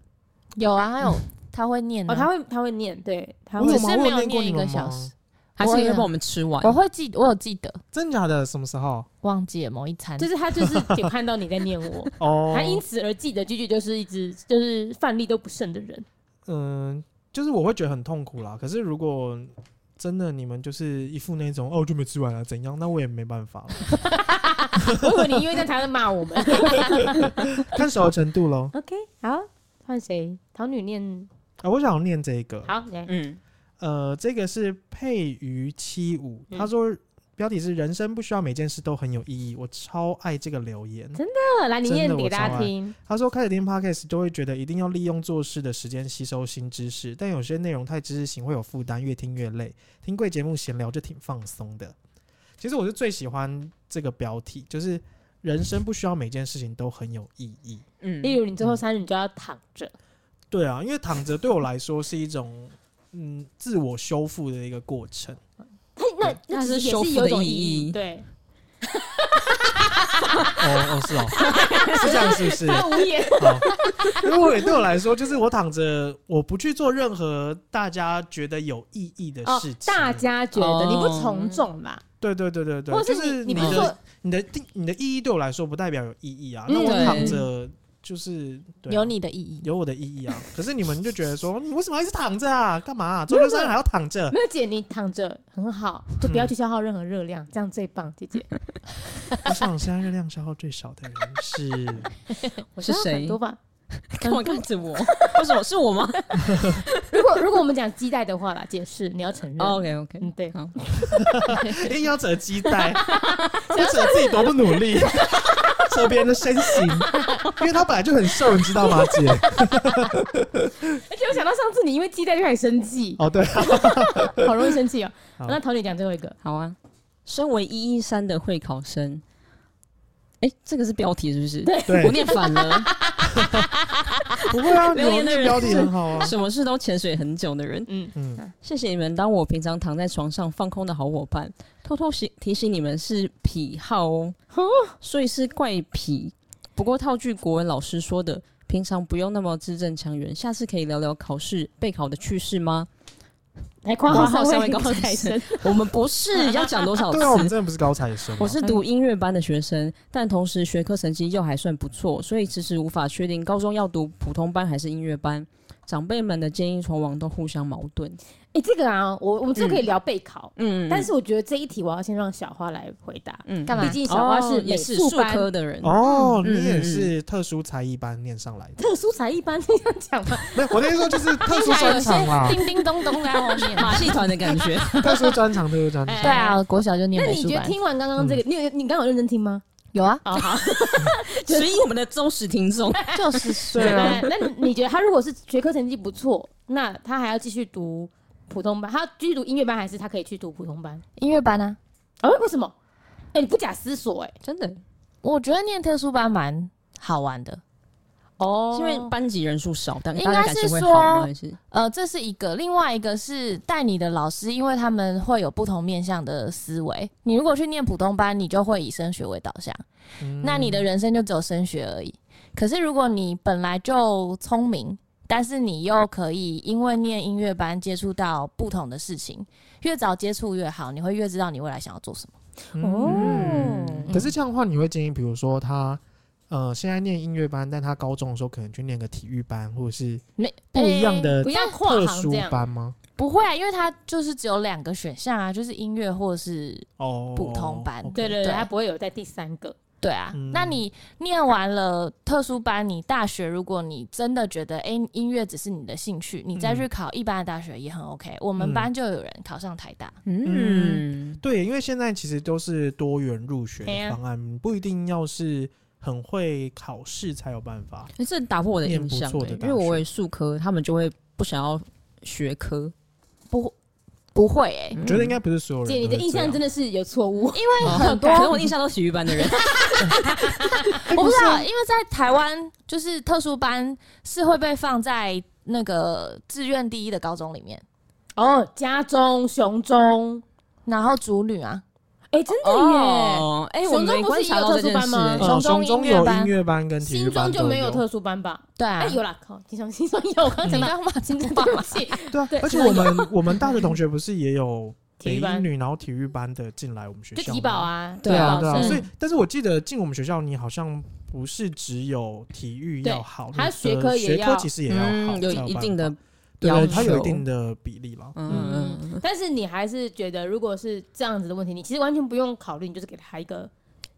Speaker 4: 有啊，还有他会念、啊
Speaker 1: 哦，他会他会念，对，他
Speaker 2: 我
Speaker 1: 会
Speaker 4: 只
Speaker 2: 有
Speaker 4: 是
Speaker 2: 吗我
Speaker 4: 没
Speaker 2: 有
Speaker 4: 有
Speaker 2: 念过
Speaker 4: 念一
Speaker 2: 你
Speaker 4: 个
Speaker 2: 们
Speaker 4: 小
Speaker 2: 吗
Speaker 4: 时，
Speaker 3: 还是
Speaker 4: 我
Speaker 3: 你
Speaker 4: 也
Speaker 3: 会
Speaker 1: 啊
Speaker 3: 帮我们吃完
Speaker 4: 我？会记，我有记得
Speaker 2: 真假的？什么时候？
Speaker 4: 忘记了某一餐，
Speaker 1: 就是他就是有看到你在念我，
Speaker 2: 哦，
Speaker 1: 他因此而记得句句就是一直就是范例都不剩的人。
Speaker 2: 嗯，就是我会觉得很痛苦啦。可是如果真的你们就是一副那种哦，我就没吃完了怎样，那我也没办法了，
Speaker 1: 我以为你因为这样才会骂我们。
Speaker 2: 看熟的程度喽。
Speaker 1: (laughs) OK，好，换谁？桃女念
Speaker 2: 啊，我想念这个，
Speaker 1: 好，来，
Speaker 3: 嗯，
Speaker 2: 呃，这个是佩瑜七五，
Speaker 1: 嗯
Speaker 2: 他说标题是“人生不需要每件事都很有意义”，我超爱这个留言。
Speaker 1: 呃来你念给大家听。
Speaker 2: 他说开始听 podcast 就会觉得一定要利用做事的时间吸收新知识，但有些内容太知识型会有负担，越听越累。听贵节目闲聊就挺放松的。其实我是最喜欢这个标题，就是人生不需要每件事情都很有意义。
Speaker 3: 嗯
Speaker 1: 例如你最后三日你就要躺着，
Speaker 2: 对啊，因为躺着对我来说是一种嗯自我修复的一个过程。
Speaker 1: 它嗯那那
Speaker 3: 那
Speaker 1: 其实
Speaker 3: 是
Speaker 1: 也
Speaker 3: 修
Speaker 1: 是
Speaker 3: 复
Speaker 1: 有一
Speaker 3: 的
Speaker 1: 种
Speaker 3: 意
Speaker 1: 意义，
Speaker 3: 义
Speaker 1: 对，
Speaker 2: 哦哦 (laughs) 是哦，是这样是不 (laughs) 是？
Speaker 1: 他无言，
Speaker 2: 好，因为我也对我来说，就是我躺着，我不去做任何大家觉得有意义的
Speaker 1: 哦
Speaker 2: 事情。
Speaker 1: 大家觉得
Speaker 3: 哦
Speaker 1: 你不从众啦，
Speaker 2: 对对对哦对对，
Speaker 1: 或
Speaker 2: 就
Speaker 1: 者是
Speaker 2: 是
Speaker 1: 你你不是
Speaker 2: 的
Speaker 1: 说
Speaker 2: 你的定你的意义对我来说不代表有意义啊。
Speaker 1: 嗯
Speaker 2: 那我
Speaker 3: 对
Speaker 2: 躺着就是、对啊
Speaker 4: 有你的意义。
Speaker 2: 有我的意义啊。可是你们就觉得说，你为什么要一直躺着啊？干嘛、啊？周六日还要躺着？ (laughs)
Speaker 1: 没有姐，你躺着很好，
Speaker 2: 嗯
Speaker 1: 就不要去消耗任何热量，这样最棒，姐姐。
Speaker 2: 我想现在热量消耗最少的人是
Speaker 1: 我
Speaker 3: 是
Speaker 1: 消耗
Speaker 3: 谁
Speaker 1: 很多吧。
Speaker 3: (laughs) 干嘛看着我？ (laughs) 为什么是
Speaker 1: (laughs)
Speaker 3: 我吗
Speaker 1: 如果如果我们讲鸡蛋的话啦，解释你要承认。
Speaker 2: 哦
Speaker 3: ？OK OK，
Speaker 1: 嗯，对，
Speaker 3: 好，
Speaker 2: 硬要扯鸡
Speaker 1: (laughs)
Speaker 2: 蛋，不扯自己多不努力， (laughs) 扯别人的身形，因为他本来就很瘦，你知道吗，姐？
Speaker 1: (laughs) 而且我想到上次你因为鸡蛋就开始
Speaker 2: (laughs)
Speaker 1: 生气，
Speaker 2: 哦，对啊，
Speaker 1: 好容易生气哦。
Speaker 2: 好
Speaker 1: 那桃姐讲最后一个，
Speaker 3: 好啊。身为一一三的会考生，哎、这个是标题是不是？
Speaker 2: 对，
Speaker 3: 我念反了。
Speaker 2: 不会
Speaker 1: (laughs)
Speaker 2: 啊，
Speaker 3: 留
Speaker 2: 有
Speaker 3: 言的
Speaker 2: 那
Speaker 3: 人
Speaker 2: 标题很好啊，
Speaker 3: (laughs) 什么事都潜水很久的人，
Speaker 1: 嗯，
Speaker 2: 嗯，
Speaker 3: 谢谢你们当我平常躺在床上放空的好伙伴。偷偷提提醒你们是癖好哦，所以是怪癖。不过套句国文老师说的，平常不用那么字正腔圆。下次可以聊聊考试备考的趣事吗？
Speaker 1: 来夸
Speaker 3: 括
Speaker 1: 号
Speaker 3: 号
Speaker 1: 三
Speaker 3: 三
Speaker 1: 位
Speaker 3: 位
Speaker 1: 高
Speaker 3: 高
Speaker 1: 材
Speaker 3: 材
Speaker 1: 生 (laughs)
Speaker 3: 生，我们不是要讲多少次
Speaker 2: 对啊，我？们真的不是高材生啊，
Speaker 3: 我是读音乐班的学生，但同时学科成绩又还算不错，所以迟迟无法确定高中要读普通班还是音乐班。长辈们的建议从往都互相矛盾。
Speaker 1: 哎，这个啊，我我们这个可以聊备考，
Speaker 3: 嗯
Speaker 1: 但是我觉得这一题我要先让小花来回答，
Speaker 3: 嗯
Speaker 4: 干嘛
Speaker 1: 毕竟小花是
Speaker 3: 哦
Speaker 1: 美
Speaker 3: 也是
Speaker 1: 术
Speaker 3: 术
Speaker 1: 班
Speaker 3: 科的人，
Speaker 2: 哦，
Speaker 3: 嗯
Speaker 2: 你也
Speaker 3: 嗯
Speaker 2: 是特殊才艺班念上来的，
Speaker 1: 特殊才艺班这样讲 (laughs) 吗？
Speaker 2: 没有，我的意思说就是特
Speaker 1: (laughs)
Speaker 2: 殊
Speaker 4: 听起来
Speaker 2: 专
Speaker 4: 有
Speaker 2: 场啦
Speaker 4: 些，叮叮咚咚在
Speaker 1: 啊
Speaker 4: 后面。
Speaker 3: 马戏团的感觉。
Speaker 2: 特殊专场，特殊
Speaker 1: (laughs)
Speaker 2: 专
Speaker 1: 哎
Speaker 2: 场，
Speaker 4: 对啊，国小就念
Speaker 1: 那
Speaker 4: 美
Speaker 1: 你
Speaker 4: 术
Speaker 1: 觉得
Speaker 4: 班。
Speaker 1: 听完刚刚这个，你有你刚刚有认真听吗？
Speaker 4: 有啊，
Speaker 1: 嗯哦， (laughs) 好，
Speaker 3: 所以我们的忠实听众，
Speaker 4: 就是
Speaker 1: (laughs)
Speaker 2: 对啊
Speaker 1: 那那你觉得他如果是学科成绩不错，那他还要继续读普通班？他要继续读音乐班，还是他可以去读普通班？
Speaker 4: 音乐班啊。
Speaker 1: 啊，为什么？哎、你不假思索哎、
Speaker 3: 真的，
Speaker 4: 我觉得念特殊班蛮好玩的。
Speaker 1: 哦
Speaker 3: 是因为班级人数少，但
Speaker 4: 应
Speaker 3: 大家
Speaker 4: 该
Speaker 3: 感
Speaker 4: 是
Speaker 3: 情会好
Speaker 4: 说
Speaker 3: 吗？还是
Speaker 4: 呃，这是一个，另外一个是带你的老师，因为他们会有不同面向的思维。你如果去念普通班，你就会以升学为导向，
Speaker 2: 嗯
Speaker 4: 那你的人生就只有升学而已。可是如果你本来就聪明，但是你又可以因为念音乐班接触到不同的事情，越早接触越好，你会越知道你未来想要做什么。
Speaker 1: 哦
Speaker 2: 嗯可是这样的话，你会建议，比如说他呃，现在念音乐班，但他高中的时候可能去念个体育班，或者是
Speaker 4: 没
Speaker 2: 不一呃样的
Speaker 1: 哎不要跨
Speaker 2: 特
Speaker 1: 行
Speaker 2: 殊
Speaker 1: 这样。
Speaker 2: 班吗？
Speaker 4: 不会啊，因为它就是只有两个选项啊，就是音乐或是
Speaker 2: 哦，
Speaker 4: 普通班
Speaker 2: OK
Speaker 1: 对对对，
Speaker 4: 对
Speaker 1: 他不会有在第三个。
Speaker 4: 对啊，
Speaker 2: 嗯
Speaker 4: 那你念完了特殊班，你大学如果你真的觉得，哎、音乐只是你的兴趣，你再去考一般的大学也很 OK、我们班就有人考上台大，
Speaker 2: 嗯，对，因为现在其实都是多元入学
Speaker 1: 哎呀
Speaker 2: 的方案，不一定要是很会考试才有办法。
Speaker 1: 嗯
Speaker 3: 诶这打破我的印
Speaker 2: 念
Speaker 3: 象
Speaker 2: 不错
Speaker 3: 欸，
Speaker 2: 的
Speaker 3: 因
Speaker 2: 大
Speaker 3: 为我为数科，他们就会不想要学科。
Speaker 4: 不不会哎、
Speaker 2: 我觉得应该不是所有人。
Speaker 1: 姐，你的印象真
Speaker 2: 的，
Speaker 1: 的是有错误。
Speaker 4: 因为很多
Speaker 3: 嗯 (laughs) 可能我印象都是体育班的人，
Speaker 2: 哎
Speaker 4: 我不知
Speaker 2: 啊
Speaker 4: 道，因为在台湾就是特殊班是会被放在那个志愿第一的高中里面，
Speaker 1: 哦，家中、熊中，
Speaker 4: 然后主女啊，
Speaker 1: 哎、真的耶。
Speaker 3: 哦，哎，我
Speaker 1: 熊中
Speaker 3: 没
Speaker 1: 不是
Speaker 3: 观
Speaker 1: 也有
Speaker 3: 察到
Speaker 1: 特
Speaker 3: 这
Speaker 1: 殊
Speaker 3: 件
Speaker 1: 班
Speaker 3: 事
Speaker 1: 吗
Speaker 2: 呃，
Speaker 3: 欸，
Speaker 4: 熊中
Speaker 2: 熊中
Speaker 4: 音乐
Speaker 2: 有
Speaker 4: 班
Speaker 2: 音乐班跟体育
Speaker 1: 新
Speaker 2: 班
Speaker 1: 中就
Speaker 2: 都
Speaker 1: 没有特殊班吧？
Speaker 4: 对啊，
Speaker 1: 哎、有啦，靠，新中新中有，我刚刚
Speaker 4: 你
Speaker 1: 讲到
Speaker 4: 刚骂
Speaker 1: 新
Speaker 4: 金
Speaker 1: 中，
Speaker 4: 钟
Speaker 1: 对不
Speaker 4: 吗？
Speaker 1: 起，
Speaker 2: 对啊
Speaker 1: 对，
Speaker 2: 而且我
Speaker 1: (laughs)
Speaker 2: 们我们大学同学不是也有
Speaker 1: 体
Speaker 2: 北
Speaker 1: 育班
Speaker 2: 一女，然后体育班的进来我们学 (laughs)
Speaker 1: 就
Speaker 2: 校吗？
Speaker 1: 体保啊，
Speaker 3: 对啊
Speaker 1: 体
Speaker 2: 对
Speaker 1: 保
Speaker 2: 啊，
Speaker 1: 生
Speaker 2: 所以但是我记得进我们学校，你好像不是只有体育要好，
Speaker 1: 对还有
Speaker 2: 你
Speaker 1: 学
Speaker 2: 的
Speaker 1: 科也
Speaker 2: 学
Speaker 1: 要嗯
Speaker 2: 科其实也要好，
Speaker 3: 嗯有
Speaker 2: 才
Speaker 3: 一
Speaker 2: 办
Speaker 3: 定的
Speaker 2: 法，对
Speaker 3: 要
Speaker 2: 对，它有一
Speaker 3: 求
Speaker 2: 定的比例啦。
Speaker 3: 嗯嗯，
Speaker 1: 但是你还是觉得，如果是这样子的问题，你其实完全不用考虑，你就是给他一个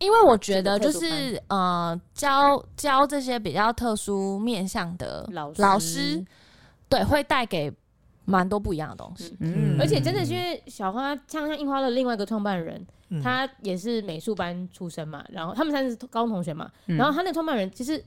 Speaker 4: 因为我觉得就
Speaker 1: 这个特
Speaker 4: 是呃，教教这些比较特殊面向的
Speaker 1: 老师
Speaker 4: 老师，对，会带给蛮多不一样的东西。
Speaker 3: 嗯
Speaker 1: 而且真的是因为小花，像像樱花的另外一个创办人，
Speaker 2: 嗯
Speaker 1: 他也是美术班出身嘛，然后他们三是高中同学嘛，
Speaker 3: 嗯
Speaker 1: 然后他那个创办人其实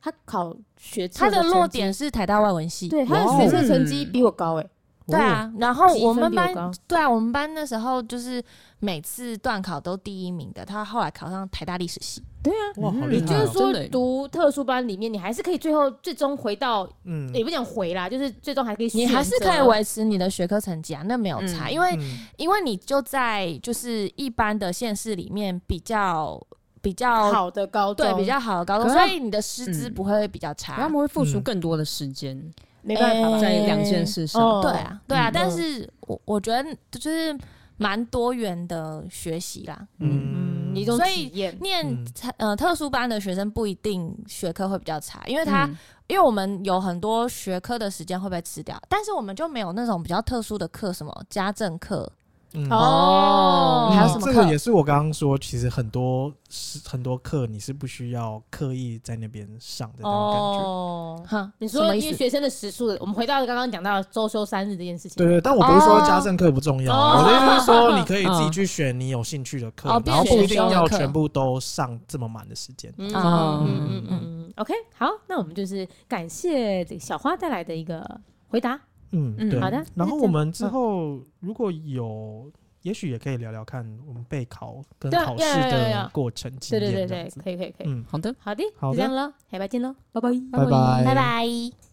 Speaker 1: 他考学测
Speaker 4: 他的
Speaker 1: 成绩
Speaker 4: 落，点是台大外文系，
Speaker 1: 对他的
Speaker 2: 哇哦
Speaker 1: 学测成绩比我高哎，
Speaker 4: 对啊。然后
Speaker 1: 积
Speaker 4: 我
Speaker 1: 分
Speaker 4: 们
Speaker 1: 比
Speaker 4: 班
Speaker 1: 高，
Speaker 4: 对啊，我们班那时候就是每次段考都第一名的，他后来考上台大历史系。
Speaker 1: 对啊。
Speaker 2: 哇，好
Speaker 3: 嗯
Speaker 2: 厉
Speaker 1: 你
Speaker 2: 害！哦
Speaker 1: 就是
Speaker 3: 真
Speaker 1: 说
Speaker 3: 的耶，
Speaker 1: 读特殊班里面，你还是可以最后最终回到，
Speaker 2: 嗯，
Speaker 1: 也不讲回啦，就是最终还可以选择，
Speaker 4: 你还是可以维持你的学科成绩啊，那没有差，
Speaker 3: 嗯
Speaker 4: 因为
Speaker 2: 嗯
Speaker 4: 因为你就在就是一般的县市里面比较比较
Speaker 1: 好的高中，
Speaker 4: 对比较好的高中，
Speaker 3: 可是
Speaker 4: 所
Speaker 3: 他
Speaker 4: 以你的师资
Speaker 3: 嗯
Speaker 4: 不会比较
Speaker 3: 可他
Speaker 4: 差。
Speaker 3: 们会付出
Speaker 2: 嗯
Speaker 3: 更多的时间
Speaker 1: 没办法吧
Speaker 4: 哎
Speaker 3: 在两件事上。
Speaker 1: 哦
Speaker 4: 对啊，对啊，
Speaker 1: 嗯
Speaker 4: 但是我我觉得就是蛮多元的学习啦。
Speaker 2: 嗯
Speaker 1: 嗯嗯一种
Speaker 4: 所
Speaker 1: 体
Speaker 4: 以
Speaker 1: 验。
Speaker 4: 念
Speaker 2: 嗯
Speaker 4: 特呃特殊班的学生不一定学科会比较差，因为他、
Speaker 3: 嗯
Speaker 4: 因为我们有很多学科的时间会被吃掉，但是我们就没有那种比较特殊的课，什么家政课，
Speaker 2: 嗯
Speaker 1: 哦
Speaker 4: 哦，还有什么
Speaker 2: 这
Speaker 4: 课
Speaker 2: 个也是我刚刚说，其实很多是很多课你是不需要刻意在那边上的那种感觉。
Speaker 4: 哦，哈，
Speaker 1: 你
Speaker 4: 什
Speaker 1: 说
Speaker 4: 么意
Speaker 1: 因为
Speaker 4: 思？
Speaker 1: 学生的时数的，我们回到刚刚讲到周休三日这件事情。
Speaker 2: 对对，但我不是说家政课不重要啊，
Speaker 1: 哦
Speaker 2: 我的意思是说你可以自己去选你有兴趣的课
Speaker 4: 哦，
Speaker 2: 然后不一定要
Speaker 4: 必须选修的课
Speaker 2: 全部都上这么满的时间。
Speaker 1: 嗯
Speaker 4: 哦
Speaker 1: 嗯嗯嗯嗯，OK，好，那我们就是感谢这个小花带来的一个回答。
Speaker 2: 嗯，
Speaker 3: 嗯
Speaker 2: 对。
Speaker 1: 好的
Speaker 2: 然后
Speaker 1: 那
Speaker 2: 我们之后如果有，也许也可以聊聊看我们备考跟
Speaker 1: 对啊
Speaker 2: 考
Speaker 1: 要
Speaker 2: 试
Speaker 1: 要要要
Speaker 2: 的过程经
Speaker 1: 对
Speaker 2: 验。
Speaker 1: 对对
Speaker 2: 这样
Speaker 1: 对
Speaker 2: 子，
Speaker 1: 可以可以可以，
Speaker 2: 嗯，
Speaker 3: 好的，
Speaker 1: 好的，
Speaker 2: 好
Speaker 1: 就
Speaker 2: 的
Speaker 1: 这样喽，下礼拜见喽，拜拜。
Speaker 2: 拜拜
Speaker 4: 拜拜。